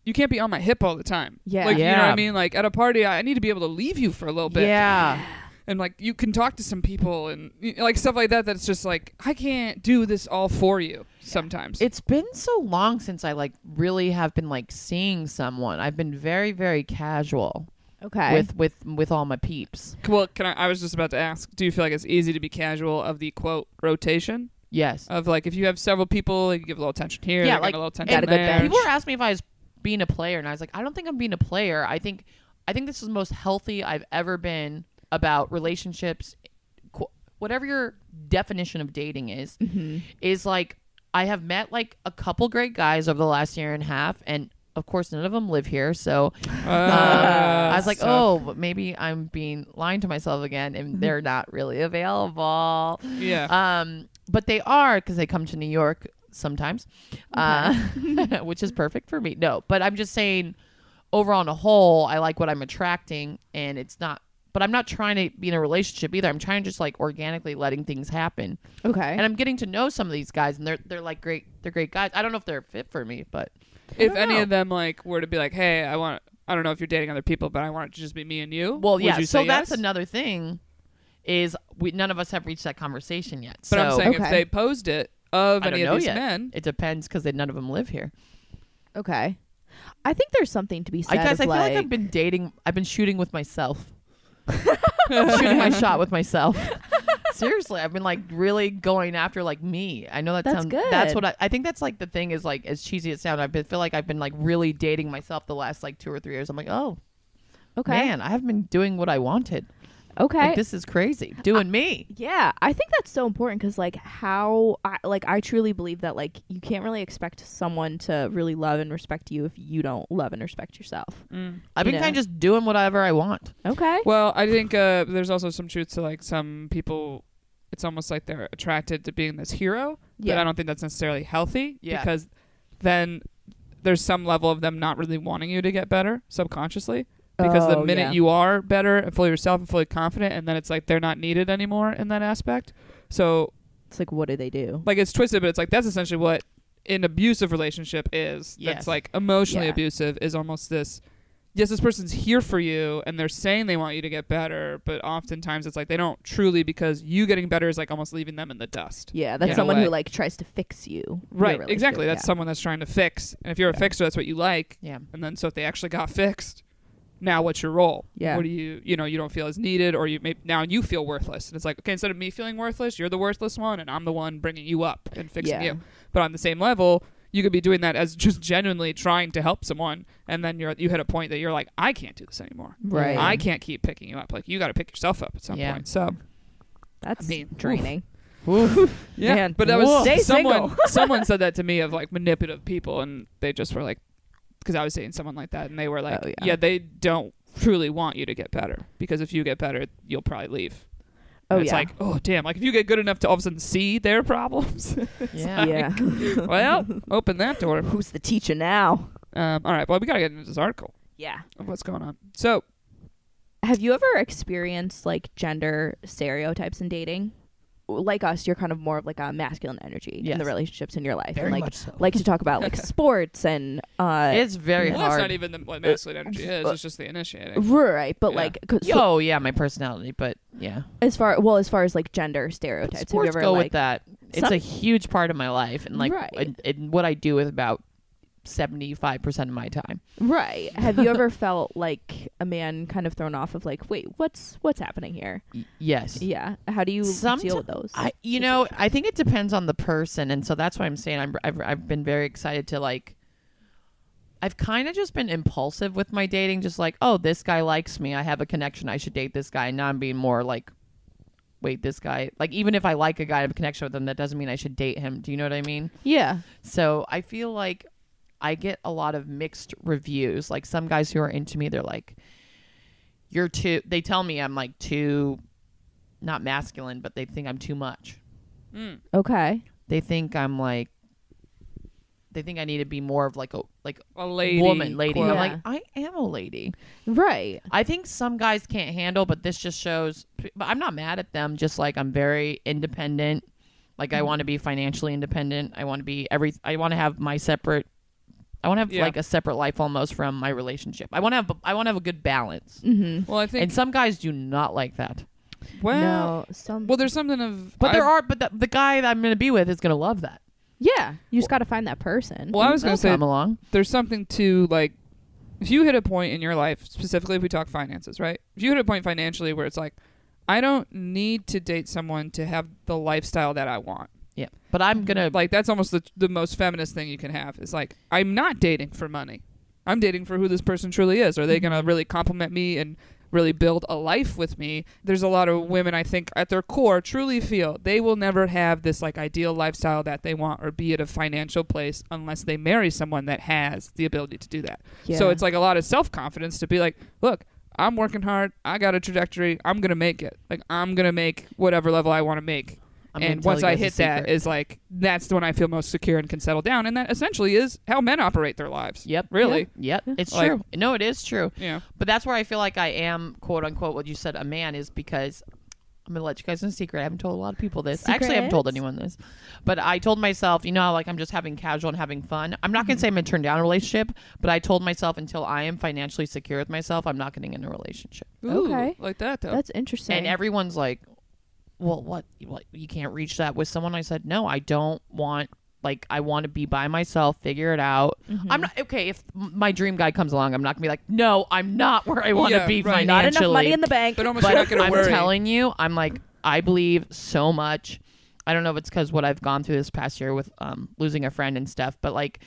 A: You can't be on my hip all the time.
B: Yeah.
A: Like, you know what
C: Yeah.
A: I mean? Like, at a party, I I need to be able to leave you for a little bit.
C: Yeah.
A: And, like, you can talk to some people and, you know, like, stuff like that. That's just like, I can't do this all for you sometimes.
C: It's been so long since I like really have been like seeing someone. I've been very very casual
B: Okay.
C: with with with all my peeps.
A: Well, can I? I was just about to ask. Do you feel like it's easy to be casual of the quote rotation
C: Yes.
A: of like if you have several people, you give a little attention here, they
C: Yeah,
A: give
C: like,
A: a little attention
B: got a good
A: there.
B: bench.
C: People were asking me if I was being a player, and I was like, I don't think I'm being a player. I think I think this is the most healthy I've ever been about relationships. Qu- Whatever your definition of dating is, is like I have met like a couple great guys over the last year and a half, and of course none of them live here, so
A: Uh,
C: um, I was like,
A: so-
C: oh, but maybe I'm being lying to myself again, and they're not really available.
A: yeah.
C: Um, but they are because they come to New York sometimes, uh, which is perfect for me. No, but I'm just saying, overall on a whole, I like what I'm attracting, and it's not. But I'm not trying to be in a relationship either. I'm trying to just like organically letting things happen,
B: okay.
C: and I'm getting to know some of these guys, and they're they're like great. They're great guys. I don't know if they're fit for me, but
A: if any of them like were to be like, hey, I want. I don't know if you're dating other people, but I want it to just be me and you.
C: Well,
A: would
C: yeah.
A: you
C: So
A: say
C: that's
A: yes?
C: another thing is we none of us have reached that conversation yet.
A: But I'm
C: So-
A: saying if
B: Okay.
A: they posed it of
C: I don't
A: any
C: know
A: of these
C: yet.
A: men,
C: It depends because none of them live here.
B: Okay. I think there's something to be said.
C: I
B: of,
C: guess I feel like,
B: like
C: I've been dating. I've been shooting with myself. shooting my shot with myself. Seriously, I've been like really going after like me. I know that
B: That's
C: sounds That's
B: good.
C: what I, I think. That's like the thing is like as cheesy as it sounds. I been, feel like I've been like really dating myself the last like two or three years. I'm like, oh
B: okay,
C: man, I haven't been doing what I wanted.
B: okay. Uh,
C: Like this is crazy. Doing me.
B: yeah, I think that's so important because like how I like I truly believe that like you can't really expect someone to really love and respect you if you don't love and respect yourself.
C: I've
B: you
C: been
B: know.
C: kind of just doing whatever I want.
B: Okay.
A: Well, I think uh, there's also some truth to like some people. It's almost like they're attracted to being this hero, but
B: Yeah.
A: I don't think that's necessarily healthy
C: Yeah.
A: because then there's some level of them not really wanting you to get better subconsciously. Because
B: Oh,
A: the minute
B: yeah.
A: you are better and fully yourself and fully confident, and then it's like they're not needed anymore in that aspect. So
B: It's like what do they do?
A: like it's twisted, but it's like that's essentially what an abusive relationship is. That's
C: Yes.
A: like emotionally
B: Yeah.
A: abusive is almost this. Yes, this person's here for you, and they're saying they want you to get better, but oftentimes it's like they don't truly because you getting better is like almost leaving them in the dust.
B: Yeah, that's
A: Yeah.
B: someone who
A: Way.
B: like tries to fix you. your
A: Right,
B: relationship,
A: exactly. That's
B: yeah.
A: someone that's trying to fix, and if you're a fixer, that's what you like.
C: Yeah.
A: And then so if they actually got fixed, now what's your role?
B: Yeah.
A: What do you you know you don't feel as needed, or you may, now you feel worthless, and it's like okay, instead of me feeling worthless, you're the worthless one, and I'm the one bringing you up and fixing
B: Yeah.
A: you. But on the same level, you could be doing that as just genuinely trying to help someone, and then you're you hit a point that you're like, I can't do this anymore.
B: Right.
A: I can't keep picking you up. Like you got to pick yourself up at some
C: Yeah.
A: point. So
B: That's
A: I mean, oof.
B: draining.
A: Yeah,
B: Man,
A: but that was
B: whoa. Stay
A: someone. someone said that to me of like manipulative people, and they just were like, because I was dating someone like that, and they were like,
B: Oh, yeah.
A: yeah. they don't truly want you to get better because if you get better, you'll probably leave.
B: Oh
A: And it's
B: yeah.
A: like, oh damn! Like if you get good enough to all of a sudden see their problems,
C: yeah.
B: yeah.
A: well, open that door.
B: Who's the teacher now?
A: Um, all right, well, we gotta get into this article
B: Yeah.
A: of what's going on. So
B: Have you ever experienced like gender stereotypes in dating? Like us, you're kind of more of like a masculine energy in the
C: Yes.
B: relationships in your life,
C: Very
B: and like
C: much so.
B: like to talk about like sports and uh,
C: It's very
A: well, that's
C: hard. Uh,
A: not even the, what masculine energy is; it's just the initiating.
B: right, but
A: Yeah.
B: like 'cause- so
C: Yo, yeah, my personality, but yeah.
B: as far well as far as like gender stereotypes, have you
C: Sports
B: ever
C: go
B: like
C: with that. It's
B: some-
C: a huge part of my life, and like,
B: Right.
C: and, and what I do is about seventy-five percent of my time.
B: right? Have you ever felt like a man kind of thrown off of like, wait, what's what's happening here?
C: Y- yes.
B: Yeah, how do you
C: Someti-
B: deal with those?
C: I, you know, I think it depends on the person, and so that's why I'm saying I'm, I've I've been very excited to like. I've kind of just been impulsive with my dating, just like, oh, this guy likes me. I have a connection. I should date this guy. And now I'm being more like, wait, this guy. Like, even if I like a guy, I have a connection with him. That doesn't mean I should date him. Do you know what I mean?
B: yeah,
C: So I feel like I get a lot of mixed reviews. Like some guys who are into me, they're like, "You're too." They tell me I'm like too, not masculine, but they think I'm too much.
B: okay,
C: They think I'm like, they think I need to be more of like a like
A: A lady,
C: woman, lady.
A: quote.
C: I'm
B: Yeah.
C: like, I am a lady.
B: right,
C: I think some guys can't handle, but this just shows. But I'm not mad at them. Just like I'm very independent. Like
A: Mm-hmm.
C: I want to be financially independent. I want to be every. I want to have my separate. I want to have
A: Yeah.
C: like a separate life almost from my relationship. I want to have. I want to have a good balance.
A: Well, I think
C: And some guys do not like that.
A: well,
B: no, some
A: well, there's something of
C: But there
A: I-
C: are. But the, the guy that I'm going to be with is going to love that.
B: yeah, you just got to find that person.
A: Well, I was
C: They'll
A: going to say
C: come along.
A: there's something to like if you hit a point in your life specifically if we talk finances right if you hit a point financially where it's like i don't need to date someone to have the lifestyle that i want
C: Yeah. But I'm gonna.
A: like that's almost the, the most feminist thing you can have is like i'm not dating for money i'm dating for who this person truly is are they going to really compliment me and really build a life with me there's a lot of women i think at their core truly feel they will never have this like ideal lifestyle that they want or be at a financial place unless they marry someone that has the ability to do that so
B: Yeah.
A: it's like a lot of self-confidence to be like look i'm working hard i got a trajectory i'm going to make it like i'm going to make whatever level i want to make
C: I'm gonna
A: and
C: tell
A: once
C: you
A: I
C: guys a
A: hit that,
C: secret.
A: is like that's the one I feel most secure and can settle down. And that essentially is how men operate their lives.
C: Yep.
A: Really.
C: Yep. It's
A: Like-
C: true. No, it is true.
A: Yeah.
C: But that's where I feel like I am, quote unquote, what you said, a man, is because I'm going to let you guys in a secret. I haven't told a lot of people this. Actually, I haven't told
B: Secrets?
C: anyone this. But I told myself, you know, how, like I'm just having casual and having fun. I'm not going to say I'm going to turn down a relationship, but I told myself until I am financially secure with myself, I'm not getting in a relationship.
A: Ooh,
B: Okay.
A: Like that though.
B: That's interesting.
C: And everyone's like, well, what? what? You can't reach that with someone. I said, no, I don't want. Like I want to be by myself, figure it out.
A: Mm-hmm.
C: I'm not okay. If m- my dream guy comes along, I'm not gonna be like, no, I'm not where I want to
A: Yeah,
C: be
A: right.
C: financially.
A: Not
B: enough money in the bank.
A: but almost
C: but
A: you're not gonna
C: I'm
A: worry.
C: telling you, I'm like, I believe so much. I don't know if it's because what I've gone through this past year with um, losing a friend and stuff, but like,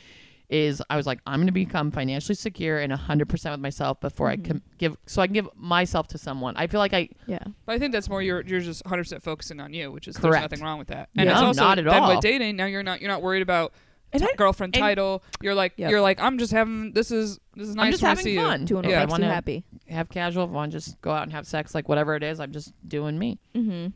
C: is I was like, I'm going to become financially secure and 100% with myself before
A: Mm-hmm.
C: I can give, so I can give myself to someone. I feel like I,
B: yeah,
A: But I think that's more you're you're just 100 percent focusing on you, which is
C: Correct.
A: there's nothing wrong with that. And
C: Yeah.
A: it's
C: No,
A: also
C: not at
A: then
C: all.
A: with dating now you're not you're not worried about
C: And
A: t-
C: I-
A: girlfriend
C: and-
A: title. You're like
B: Yep.
A: you're like I'm just having this is this is nice
C: I'm just
A: when I
C: having
A: see
C: fun.
A: you.
B: doing what
A: Yeah.
B: makes you
C: Wanna-
B: happy.
C: have casual, want to just go out and have sex, like whatever it is, I'm just doing me.
B: Mm-hmm.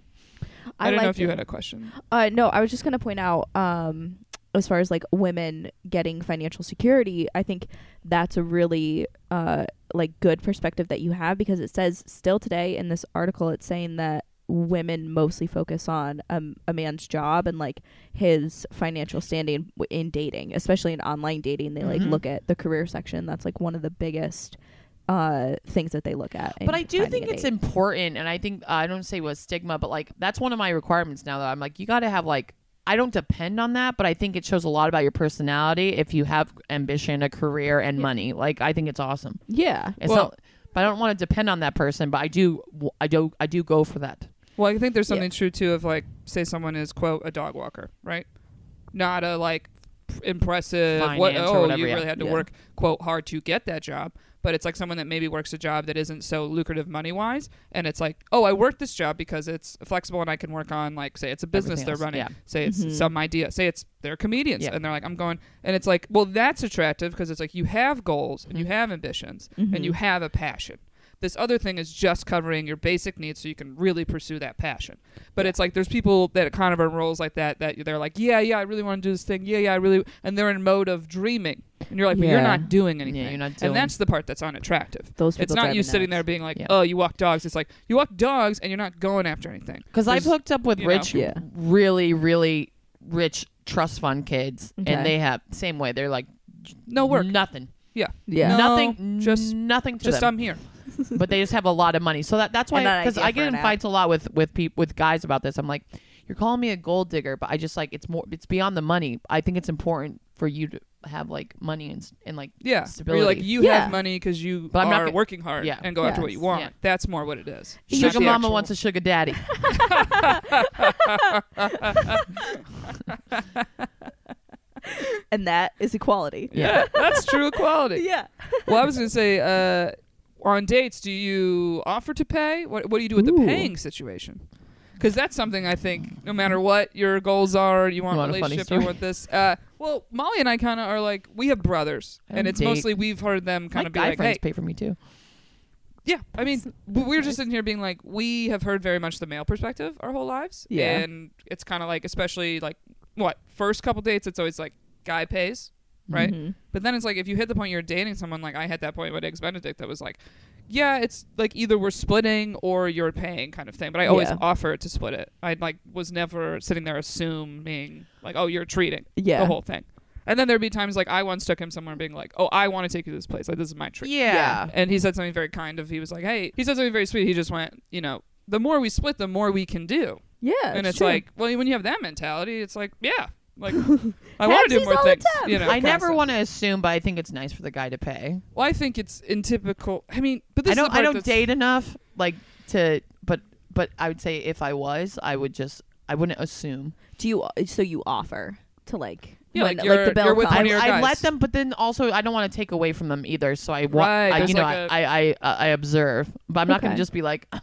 A: I, don't know if
B: liked
A: you
B: it.
A: had a question.
B: Uh, no, I was just gonna point out, um, as far as like women getting financial security, I think that's a really uh like good perspective that you have because it says still today in this article, it's saying that women mostly focus on um, a man's job and like his financial standing w- in dating, especially in online dating. They like
C: Mm-hmm.
B: look at the career section. That's like one of the biggest uh things that they look at.
C: But
B: in
C: I do
B: finding
C: think
B: a
C: it's
B: date.
C: important, and I think I don't say was stigma, but like that's one of my requirements now. That I'm like, you got to have like I don't depend on that, but I think it shows a lot about your personality if you have ambition, a career, and money. Like I think it's awesome.
B: yeah.
C: It's
A: Well-
C: not, but I don't want to depend on that person. But I do, I do, I do go for that.
A: Well, I think there's something true too of like, say someone is quote a dog walker, right? Not a like impressive.
C: Finance
A: what,
C: or
A: oh,
C: whatever,
A: you
C: yeah.
A: really had to
B: Yeah.
A: work quote hard to get that job. but it's like someone that maybe works a job that isn't so lucrative money wise, and it's like, oh, I work this job because it's flexible and I can work on like say it's a business
C: Everything
A: they're
C: else,
A: running,
C: yeah. Mm-hmm.
A: say it's some idea, say it's they're comedians,
C: Yeah.
A: and they're like, I'm going, and it's like, well, that's attractive because it's like you have goals and you
C: Mm-hmm.
A: have ambitions and you have a passion. This other thing is just covering your basic needs so you can really pursue that passion. But it's like there's people that kind of are in roles like that that they're like, yeah, yeah, I really want to do this thing. Yeah, yeah, I really, and they're in mode of dreaming. And you're like, but you're
B: Yeah.
A: not doing anything.
C: you're not
A: And
C: doing-
A: that's the part that's unattractive.
B: Those
A: it's
B: people
A: not
B: drive
A: you
B: me
A: sitting
B: nuts.
A: there being like,
C: Yeah.
A: oh, you walk dogs. It's like you walk dogs and you're not going after anything.
C: Because I've
A: There's-
C: hooked up with
A: you
C: rich,
A: know.
B: Yeah.
C: really, really rich trust fund kids,
B: Okay.
C: and they have same way. They're like
A: no work.
C: nothing,
A: Yeah. No,
B: Yeah.
C: nothing,
A: just-
C: just nothing to
A: Just
C: them.
A: I'm here.
C: but they just have a lot of money. So that that's why
B: And that
C: because
B: idea
C: I
B: for
C: get in
B: an app.
C: fights a lot with with people with guys about this. I'm like, you're calling me a gold digger, but I just like it's more it's beyond the money. I think it's important for you to have like money and s- and like
A: Yeah. Where
C: stability.
A: you're like you
B: Yeah.
A: have money because you
C: But I'm
A: are
C: not gonna-
A: working hard
C: Yeah.
A: and go after what you
B: Yes.
A: want.
C: Yeah.
A: That's more what it is.
C: sugar
A: Not the
C: mama
A: actual-
C: wants a sugar daddy.
B: and that is equality.
A: Yeah, that's true equality.
B: Yeah.
A: Well, I was gonna say, uh, on dates, do you offer to pay? What What do you do with the
B: Ooh.
A: paying situation? Because that's something I think, no matter what your goals are, you want,
C: You want
A: a
C: a funny
A: relationship, you
C: story?
A: want this. Uh, well, Molly and I kind of are like we have brothers,
C: I
A: and
C: don't
A: it's
C: date.
A: mostly we've heard them kind
C: My
A: of be
C: guy
A: like,
C: friends
A: "Hey,
C: pay for me too.
A: yeah, I mean, we we were just sitting here being like, we have heard very much the male perspective our whole lives.
B: Yeah.
A: And it's kind of like, especially like, what, first couple dates, it's always like, guy pays, right?
B: Mm-hmm.
A: But then it's like, if you hit the point you're dating someone, like I hit that point with Eggs Benedict that was like, yeah, it's like either we're splitting or you're paying kind of thing. But I always
B: Yeah.
A: offer to split it. I like was never sitting there assuming like, oh, you're treating
B: Yeah.
A: the whole thing. And then there'd be times like I once took him somewhere being like, oh, I want to take you to this place. Like, this is my treat.
C: Yeah.
A: And he said something very kind of, he was like, hey, he said something very sweet. He just went, you know, the more we split, the more we can do.
B: Yeah.
A: and it's
B: true.
A: like, well, when you have that mentality, it's like, yeah, like, I want to do
B: Taxis
A: more
B: all the
A: things.
B: time.
A: You know,
C: I never
A: process.
C: want to assume, but I think it's nice for the guy to pay.
A: Well, I think it's in typical, I mean, but this
C: I
A: is
C: don't
A: the part
C: I don't
A: that's-
C: date enough like to but but I would say if I was, I would just I wouldn't assume.
B: do you so you offer to like
A: Yeah,
B: when-
A: like you're-
B: the bell
A: you're with Uh,
B: comes.
A: one
C: I,
A: of your
C: I
A: guys.
C: let them, but then also I don't want to take away from them either. So I want,
A: Right,
C: I,
A: there's
C: you know,
A: like
C: I
A: a-
C: I I I observe, but I'm not going
B: Okay.
C: to just be like,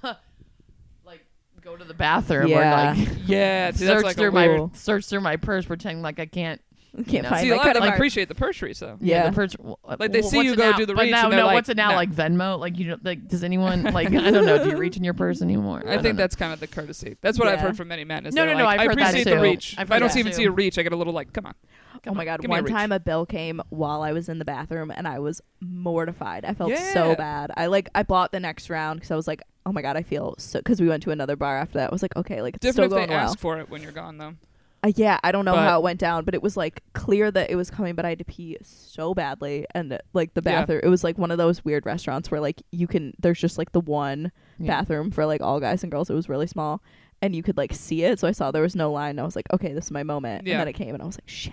C: like go to the bathroom
B: Yeah.
C: or like
A: Yeah, see, that's
C: search
A: like a
C: through
A: weird-
C: my
B: rule.
C: search through my purse, pretending like I can't.
B: can't
C: know.
B: find
A: See, a lot
B: my
A: of
B: credit
A: them
B: card.
A: appreciate the purse reach, though.
C: you know,
B: Yeah.
C: the purse.
A: Like, they
C: wh-
A: see
C: what's
A: you
C: it
A: go
C: now?
A: do the
C: But
A: reach
C: now,
A: and they're
C: no,
A: like,
C: what's it now?
A: no.
C: Like Venmo? Like you don't like? Does anyone like? I don't know. Do you reach in your purse anymore?
A: I,
C: don't
A: think
C: know.
A: that's kind of the courtesy. That's what I've
B: Yeah.
A: heard from many men. Is
C: No,
A: they're
C: no, no,
A: like,
C: I've
A: I
C: heard that
A: appreciate the
C: too.
A: reach.
C: I've
A: If I
C: heard
A: don't
C: that
A: even
C: too.
A: see a reach, I get a little like, come on.
B: Oh my god!
A: Give me a
B: One
A: reach.
B: time, a bill came while I was in the bathroom, and I was mortified. I felt
A: Yeah.
B: so bad. I like I bought the next round because I was like, oh my god, I feel so. Because we went to another bar after that. I was like, okay, like it's
A: Different
B: still
A: if
B: going
A: they
B: well.
A: ask for it when you're gone, though.
B: Uh, yeah, I don't know
A: But-
B: how it went down, but it was like clear that it was coming, but I had to pee so badly, and like the
A: Yeah.
B: bathroom, it was like one of those weird restaurants where like you can there's just like the one
C: Yeah.
B: bathroom for like all guys and girls. It was really small, and you could like see it. So I saw there was no line. And I was like, okay, this is my moment.
A: Yeah.
B: And then it came, and I was like, shit.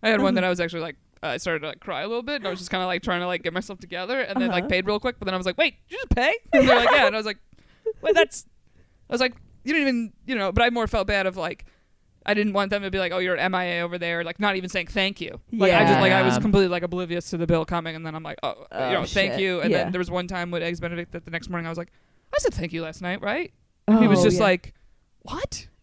A: I had one
B: Mm-hmm.
A: that I was actually like, uh, I started to like, cry a little bit, and I was just kind of like trying to like get myself together, and then like
B: Uh-huh.
A: paid real quick, but then I was like, wait, did you just pay? And they're like, yeah, and I was like, wait, that's. I was like, you didn't even, you know, but I more felt bad of like, I didn't want them to be like, oh, you're an MIA over there, like not even saying thank you. Like I just like I was
C: Yeah.
A: completely like oblivious to the bill coming, and then I'm like, oh,
B: Oh,
A: you know, thank
B: shit.
A: you. And
B: Yeah.
A: then there was one time with Eggs Benedict that the next morning I was like, I said thank you last night, right? he was
B: Oh,
A: just
B: yeah.
A: like, "What?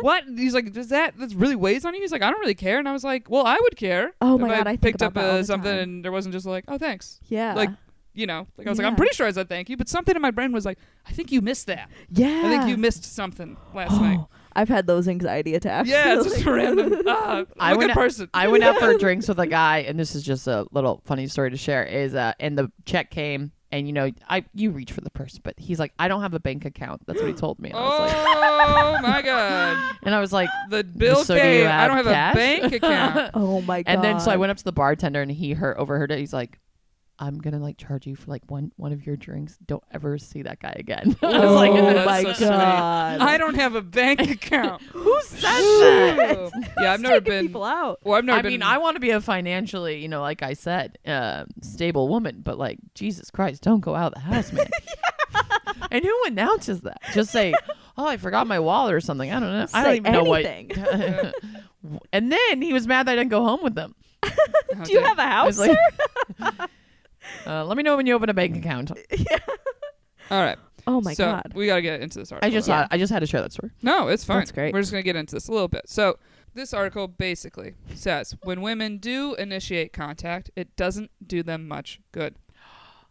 A: what?" And he's like, "Does that that really weighs on you?" He's like, "I don't really care," and I was like, "Well, I would care."
B: Oh
A: if
B: my God, I think
A: picked
B: about
A: up
B: that all
A: uh,
B: the
A: something,
B: time.
A: and there wasn't just like, "Oh, thanks."
B: yeah,
A: Like, you know, like I was like, "I'm
B: Yeah.
A: pretty sure I said thank you," but something in my brain was like, "I think you missed that.
B: yeah. Oh,
A: I think you missed something last night."
B: I've had those anxiety attacks.
A: Yeah, it's
B: Like-
A: just random. Uh,
C: I
A: I'm a
C: went
A: good
C: out-
A: person.
C: I went out for drinks with a guy, and this is just a little funny story to share. Is uh, and the check came, and you know, I you reach for the purse, but he's like, I don't have a bank account. That's what he told me. And I was like,
A: oh my god,
C: and I was like,
A: the bill
C: So do you
A: came. I
C: have
A: don't have
C: cash?
A: a bank account.
B: oh my god.
C: and then so I went up to the bartender, and he heard overheard it. He's like. I'm gonna like charge you for like one one of your drinks. Don't ever see that guy again. I was
B: Oh
C: like,
A: that's
B: my
A: so sweet.
B: god.
A: I don't have a bank account.
B: Who says
A: Ooh.
B: that?
A: Yeah, I've
B: It's
A: never
B: taking
A: been.
B: people out.
A: Well, I've never
C: I
A: been.
C: mean, I want to be a financially, you know, like I said, uh, stable woman, but like Jesus Christ, don't go out of the house, man. and who announces that? Just say, "Oh, I forgot my wallet or something." I don't know. I don't
B: Say
C: even
B: anything.
C: know what. and then he was mad that I didn't go home with them.
A: How
B: Do you
A: dare-
B: have a
C: I was
B: house?
C: like, Uh, let me know when you open a bank account.
A: All right.
B: Oh my
A: so
B: god.
A: We got to get into this article.
C: I just
A: though.
C: saw. I just had to share that story.
A: No, it's fine.
B: That's great.
A: We're just going to get into this a little bit. So, this article basically says when women do initiate contact, it doesn't do them much good.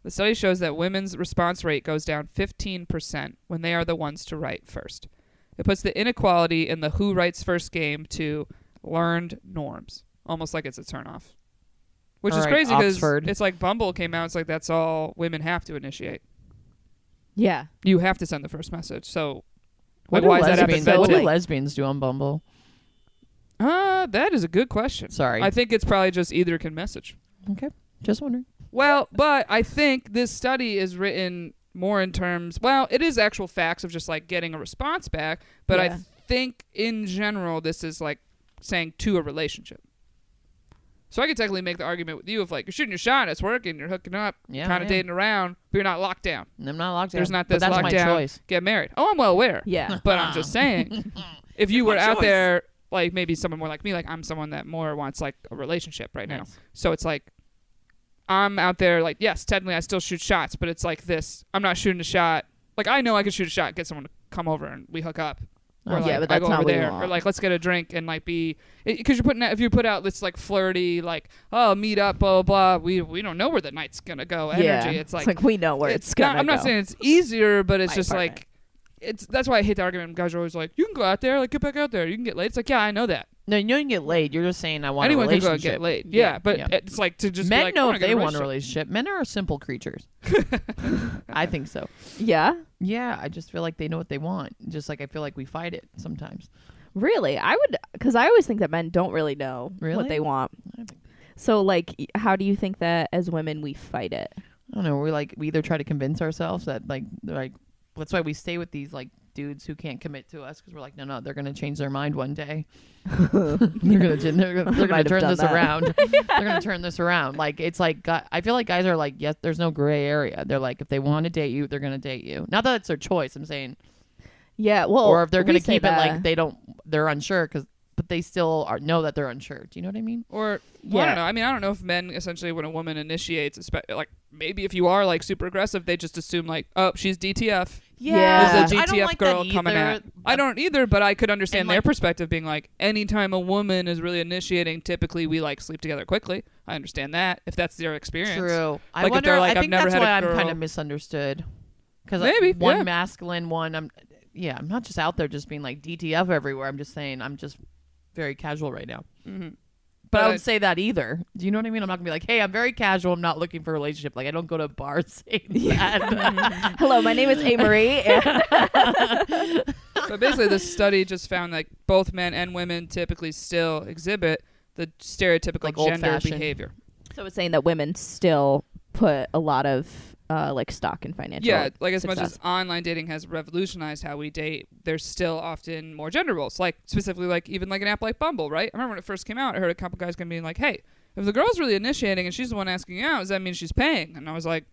A: The study shows that women's response rate goes down 15% when they are the ones to write first. It puts the inequality in the who writes first game to learned norms, almost like it's a turnoff. Which
C: All
A: is
C: right,
A: crazy because
C: Oxford.
A: it's like Bumble came out. It's like that's all women have to initiate.
B: Yeah.
A: You have to send the first message. So, like,
C: What do
A: why is that
C: lesbians? What do
A: episode?
C: lesbians do on Bumble?
A: Uh, that is a good question.
C: Sorry,
A: I think it's probably just either can message.
C: just wondering.
A: Well, but I think this study is written more in terms, well, it is actual facts of just like getting a response back, but I
B: Yeah.
A: think in general this is like saying to a relationship. So I could technically make the argument with you of like you're shooting your shot, it's working, you're hooking up,
C: Yeah,
A: kind
C: I
A: of
C: am.
A: dating around, but you're not locked down.
C: I'm not locked down.
A: There's not
C: but
A: this
C: that's my
A: lockdown.
C: choice.
A: Get married. Oh, I'm well aware.
B: Yeah.
A: But I'm just saying, if you
C: my
A: were out
C: choice.
A: there, like maybe someone more like me, like I'm someone that more wants like a relationship right now.
C: Nice.
A: So it's like I'm out there, like yes, technically I still shoot shots, but it's like this: I'm not shooting a shot. Like I know I could shoot a shot, get someone to come over, and we hook up. Or
C: Oh,
A: like,
B: yeah, but
A: I
B: that's
A: go
B: not
A: over
B: what you
A: there, or
B: want.
A: like let's get a drink and like be because you're putting out, if you put out this like flirty like oh meet up blah blah blah we we don't know where the night's gonna go energy
B: yeah.
A: it's like
B: we know where it's, gonna
A: not, I'm not
B: go.
A: saying it's easier, but it's
B: My
A: just
B: apartment.
A: like it's. That's why I hate the argument. Guys are always like, "You can go out there, like get back out there. You can get laid." It's like, yeah, I know that.
C: No, you don't get laid. You're just saying I want
A: Anyone
C: a
A: can go
C: relationship.
A: and get laid. Yeah, but
C: yeah.
A: it's like to just be
C: Men
A: like,
C: know
A: "I
C: if they want a
A: relationship."
C: relationship. Men are simple creatures. I think so.
B: Yeah.
C: Yeah, I just feel like they know what they want. Just like I feel like we fight it sometimes.
B: Really? I would cuz I always think that men don't really know
C: Really?
B: what they want.
C: I think-
B: So like y- how do you think that as women we fight it?
C: I don't know. We're like we either try to convince ourselves that like they're like that's why we stay with these like dudes who can't commit to us because we're like no no they're gonna change their mind one day. they're gonna they're, gonna- they're gonna
B: Might have
C: turn
B: done
C: this
B: that.
C: around. They're gonna turn this around. Like it's like gu I feel like guys are like yes there's no gray area. They're like if they want to date you they're gonna date you. Not that it's their choice. I'm saying
B: Yeah, well,
C: or if they're gonna
B: Oh, we say
C: keep it like
B: that.
C: they don't they're unsure because but they still are know that they're unsure. Do you know what I mean?
A: Or well, I
B: Yeah.
A: don't know. I mean, I don't know if men essentially when a woman initiates, espe- like maybe if you are like super aggressive, they just assume like, "Oh, she's DTF."
B: Yeah.
A: This is a
C: I don't
A: GTF
C: like that
A: girl coming
C: either.
A: at. I don't either, but I could understand
C: And,
A: their
C: like-
A: perspective being like, anytime a woman is really initiating, typically we like sleep together quickly. I understand that if that's their experience.
C: True. I
A: Like, if
C: wonder.
A: they're like,
C: I
A: "I've
C: think
A: never
C: that's
A: had a
C: why I'm
A: girl."
C: kind of misunderstood. Because
A: Maybe,
C: one
A: yeah.
C: masculine, one I'm. Yeah, I'm not just out there just being like DTF everywhere. I'm just saying I'm just very casual right now.
A: Mhm.
C: But I
A: But-
C: don't say that either. Do you know what I mean? I'm not gonna be like, hey, I'm very casual. I'm not looking for a relationship. Like I don't go to bars saying that.
B: Hello, my name is A Marie. and-
A: but basically, this study just found like both men and women typically still exhibit the stereotypical
C: Like
A: gender
C: old-fashioned.
A: behavior.
B: so it's saying that women still put a lot of uh, like stock in financial.
A: Yeah, like as much
B: success.
A: as online dating has revolutionized how we date, there's still often more gender roles. Like specifically, like even like an app like Bumble, right? I remember when it first came out, I heard a couple guys gonna be like, "Hey, if the girl's really initiating and she's the one asking you out, does that mean she's paying?" And I was like,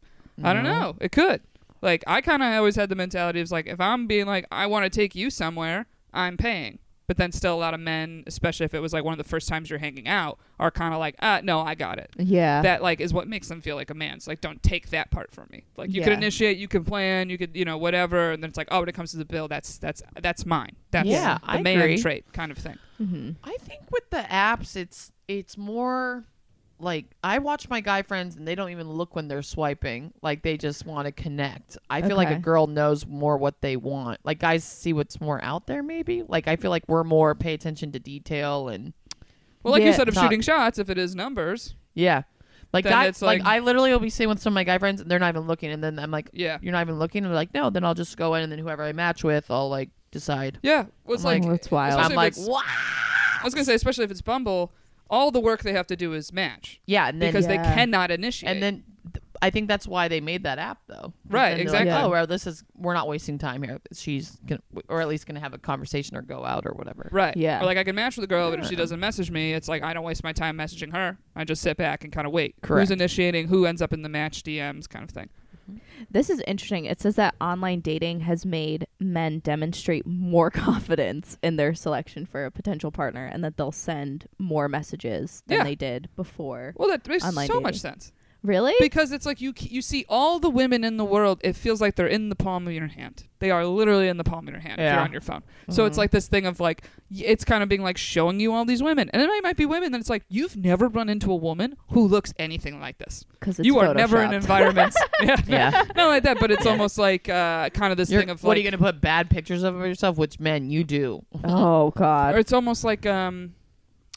A: "I don't
B: Mm-hmm.
C: No.
A: know. It could." Like I kind of always had the mentality of like, if I'm being like, I want to take you somewhere, I'm paying. But then still, a lot of men, especially if it was like one of the first times you're hanging out, are kind of like, "Ah, no, I got it."
B: yeah,
A: that like is what makes them feel like a man. It's like don't take that part from me. Like you could
B: Yeah.
A: initiate, you can plan, you could you know whatever, and then it's like oh when it comes to the bill, that's that's that's mine. That's
C: Yeah,
A: the
C: I
A: man
C: agree.
A: trait kind of thing.
B: Mhm.
C: I think with the apps, it's it's more like I watch my guy friends and they don't even look when they're swiping. Like they just want to connect. I feel like a
B: Okay.
C: girl knows more what they want. Like guys see what's more out there, maybe. Like I feel like we're more pay attention to detail and
A: Well, like you
B: Yeah,
A: said, of
C: not-
A: shooting shots, if it is numbers,
C: yeah. Like
A: Then
C: guys,
A: it's
C: like,
A: like-
C: I literally will be sitting with some of my guy friends and they're not even looking, and then I'm like,
A: yeah,
C: "You're not even looking," and they're like, "No." Then I'll just go in, and then whoever I match with, I'll like decide.
A: yeah. Well, it's
C: I'm
A: like
C: like-
B: that's wild.
A: Especially
C: I'm
A: if
C: like,
A: it's-
C: "What?"
A: I was gonna say, especially if it's Bumble, all the work they have to do is match
C: Yeah, and then
A: because they
B: Yeah.
A: cannot initiate.
C: And then th- I think that's why they made that app, though. 'Cause
A: Right,
C: then they're
A: exactly.
C: Like, oh, well, this is we're not wasting time here. She's gonna, or at least gonna have a conversation or go out or whatever.
A: right,
B: Yeah.
A: or like I can match with a girl, but if she
C: Yeah.
A: doesn't message me, it's like I don't waste my time messaging her. I just sit back and kind of wait. Who's
C: Correct.
A: initiating? Who ends up in the match DMs? Kind of thing.
B: This is interesting. It says that online dating has made men demonstrate more confidence in their selection for a potential partner and that they'll send more messages than
A: Yeah.
B: they did before.
A: Well, that makes
B: Online
A: so much
B: dating.
A: sense.
B: Really?
A: because it's like you you see all the women in the world it feels like they're in the palm of your hand they are literally in the palm of your hand if you're
C: Yeah.
A: on your phone so
C: Mm-hmm.
A: it's like this thing of like y- it's kind of being like showing you all these women and it might- might be women that it's like you've never run into a woman who looks anything like this
B: Because
A: you are never in environments yeah,
C: Yeah.
A: not like that but it's almost like uh, kind of this
C: You're-
A: thing of
C: what
A: like
C: are you gonna put bad pictures of yourself? Which men you do?
B: oh
A: or
B: God.
A: it's almost like um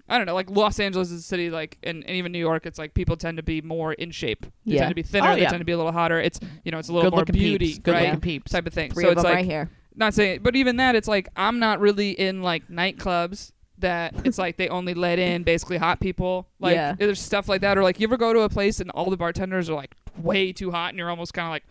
A: I don't know, like Los Angeles is a city, like, and, and even New York, it's like people tend to be more in shape. They
B: Yeah.
A: tend to be thinner.
C: Oh,
A: They
C: yeah.
A: tend to be a little hotter. It's you know, it's a little
C: Good
A: more
C: looking
A: beauty,
C: peeps. Good
A: right?
C: looking peeps.
A: Type of thing.
B: Three
A: so
B: of
A: it's
B: them
A: like
B: right here.
A: not saying, but even that, it's like I'm not really in like nightclubs that it's like they only let in basically hot people. Like
B: Yeah.
A: there's stuff like that, or like you ever go to a place and all the bartenders are like way too hot, and you're almost kind of like,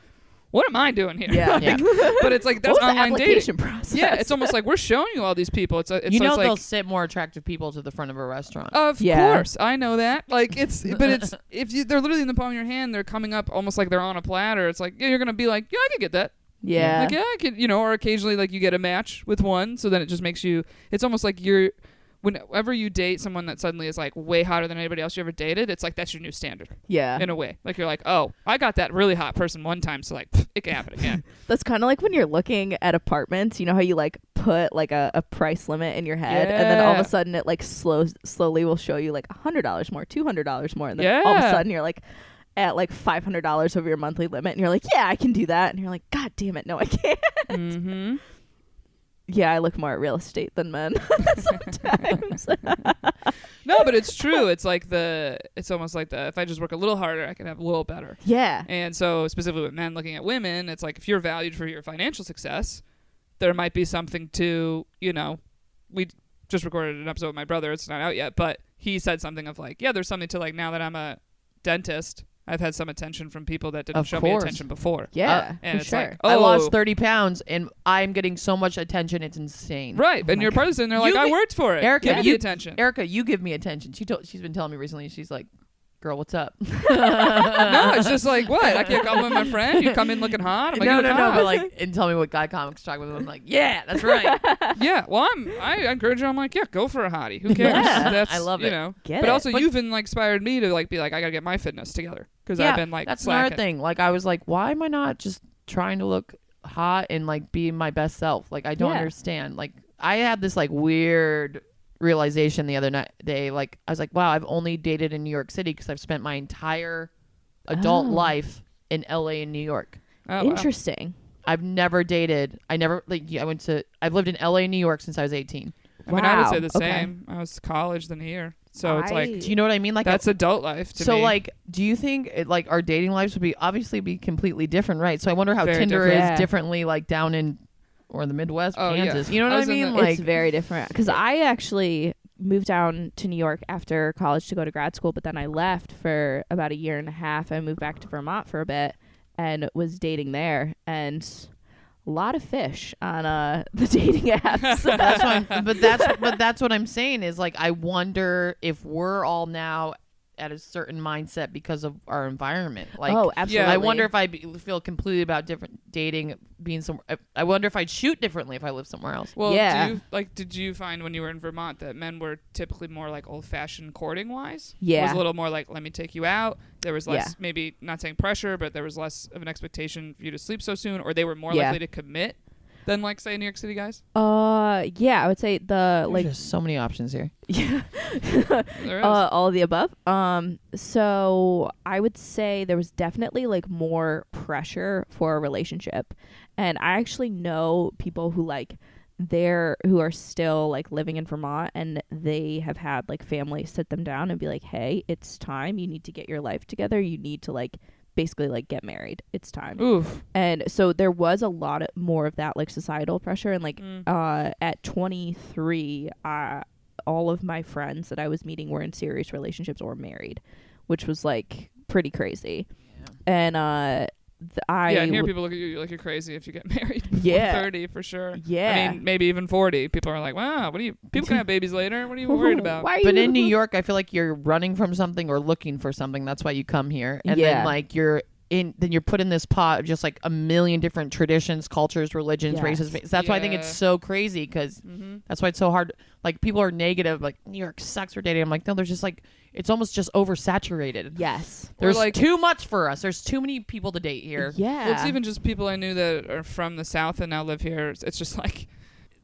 A: what am I doing here?
B: Yeah.
C: Yeah.
A: but it's like that's
B: what was the
A: online dating.
B: application process?
A: Yeah, it's almost like we're showing you all these people. It's, a, it's
C: you
A: so
C: know
A: it's like,
C: they'll sit more attractive people to the front of a restaurant.
A: Of
B: Yeah.
A: course, I know that. Like it's, but it's if you, they're literally in the palm of your hand, they're coming up almost like they're on a platter. It's like yeah, you're gonna be like, yeah, I could get that.
B: yeah.
A: Like yeah, I could, you know. Or occasionally, like you get a match with one, so then it just makes you. It's almost like you're. Whenever you date someone that suddenly is like way hotter than anybody else you ever dated, it's like that's your new standard
B: yeah.
A: in a way. Like you're like, oh, I got that really hot person one time, so like pff, it can happen again.
B: That's kind of like when you're looking at apartments. You know how you like put like a, a price limit in your head, and then all
A: Yeah.
B: of a sudden it like slows slowly will show you like hundred dollars more, two hundred dollars more, and then all of a
A: Yeah.
B: sudden you're like at like five hundred dollars over your monthly limit, and you're like, yeah, I can do that, and you're like, god damn it, no, I can't.
A: mm-hmm.
B: Yeah, I look more at real estate than men sometimes.
A: No, but it's true. It's like the. It's almost like the. If I just work a little harder, I can have a little better.
B: yeah,
A: And so, specifically with men looking at women, it's like if you're valued for your financial success, there might be something to, you know, we just recorded an episode with my brother. It's not out yet, but he said something of like, yeah, there's something to like now that I'm a dentist, I've had some attention from people that didn't
C: Of
A: show me
C: course.
A: attention before.
B: yeah,
C: Uh,
A: And
B: for
A: it's
B: sure.
A: like, oh,
C: I lost thirty pounds and I'm getting so much attention. It's insane.
A: Right.
C: Oh
A: and
C: my
A: you're
C: God.
A: partisan. They're like,
C: You
A: I
C: get-
A: worked for it.
C: Erica,
A: Give me the
C: you-
A: attention.
C: Erica, you give me attention. She told she's been telling me recently. She's like, "Girl, what's up?"
A: no, it's just like, what? I can't come with my friend. You come in looking hot. I'm like, "Oh,
C: no,
A: "You
C: no,
A: look
C: no.
A: hot."
C: But like, and tell me what guy comics talk with. I'm like, yeah, that's right.
A: yeah. Well, I'm. I encourage you. I'm like, yeah, go for a hottie. Who cares?
C: Yeah.
A: That's,
C: I love
A: you
C: it.
A: know.
B: Get
A: but
B: it.
A: also,
C: But-
A: you've been like inspired me to like be like, I gotta get my fitness together because I've been like
C: that's
A: slacking.
C: another thing. Like, I was like, why am I not just trying to look hot and like be my best self? Like, I don't
B: Yeah.
C: understand. Like, I had this like weird realization the other night. Day, like, I was like, wow, I've only dated in New York City because I've spent my entire adult
B: Oh.
C: life in L.A. and New York.
A: Oh, wow.
B: interesting.
C: I've never dated. I never like. I went to. I've lived in L.A. and New York since I was 18.
A: I mean, I would
B: Wow.
A: say the
B: Okay.
A: same. I was college then here, so it's
B: I-
A: like
C: Do you know what I mean? Like,
A: that's adult life to
C: so
A: me.
C: like do you think it, like our dating lives would be obviously be completely different right so i wonder how
A: Very
C: tinder
A: different.
C: is
B: Yeah.
C: differently like down in or the midwest
A: Oh, yeah.
C: kansas you know
A: I
C: what i,
A: was in
C: mean
A: the-
C: like
B: it's very different because i actually moved down to new york after college to go to grad school but then i left for about a year and a half i moved back to vermont for a bit and was dating there and a lot of fish on uh, the dating apps
C: that's what I'm, but that's but that's what i'm saying is like i wonder if we're all now at a certain mindset because of our environment like
B: oh absolutely
C: I wonder if I be, feel completely about different dating being some. I- I wonder if I'd shoot differently if I lived somewhere else.
A: well,
B: Yeah.
A: do you, like, did you find when you were in Vermont that men were typically more like old-fashioned courting wise?
B: Yeah.
A: it was a little more like, let me take you out. There was less,
B: Yeah.
A: maybe not saying pressure, but there was less of an expectation for you to sleep so soon, or they were more
B: Yeah.
A: likely to commit than like say New York City guys.
B: uh yeah i would say the like
C: There's just so many options here.
A: There is.
B: uh, all of the above. Um, so I would say there was definitely like more pressure for a relationship, and I actually know people who like they're who are still like living in Vermont and they have had like family sit them down and be like, "Hey, it's time. You need to get your life together. You need to like basically like get married. It's time."
A: Oof.
B: and so there was a lot of, more of that like societal pressure and like
A: Mm.
B: uh at 23 uh all of my friends that i was meeting were in serious relationships or married which was like pretty crazy and uh th- i
A: yeah, and here
B: w-
A: people look at you like you're crazy if you get married before
B: Yeah.
A: 30 for sure. I
B: Yeah.
A: mean, maybe even 40. People are like, wow, what are you, people can have babies later. What are you worried about?
B: Why are
C: But
B: you-
C: in New York, I feel like you're running from something or looking for something. That's why you come here, and
B: Yeah.
C: then like you're in then you're put in this pot of just like a million different traditions, cultures, religions,
B: Yes.
C: races. So that's why I think it's
A: Yeah.
C: so crazy because
A: Mm-hmm.
C: that's why it's so hard. Like people are negative, like New York sucks for dating. I'm like, no, there's just like it's almost just oversaturated.
B: Yes.
C: There's
A: like-
C: like too much for us. There's too many people to date here.
B: Yeah.
A: Well, it's even just people I knew that are from the South and now live here. It's- It's just like,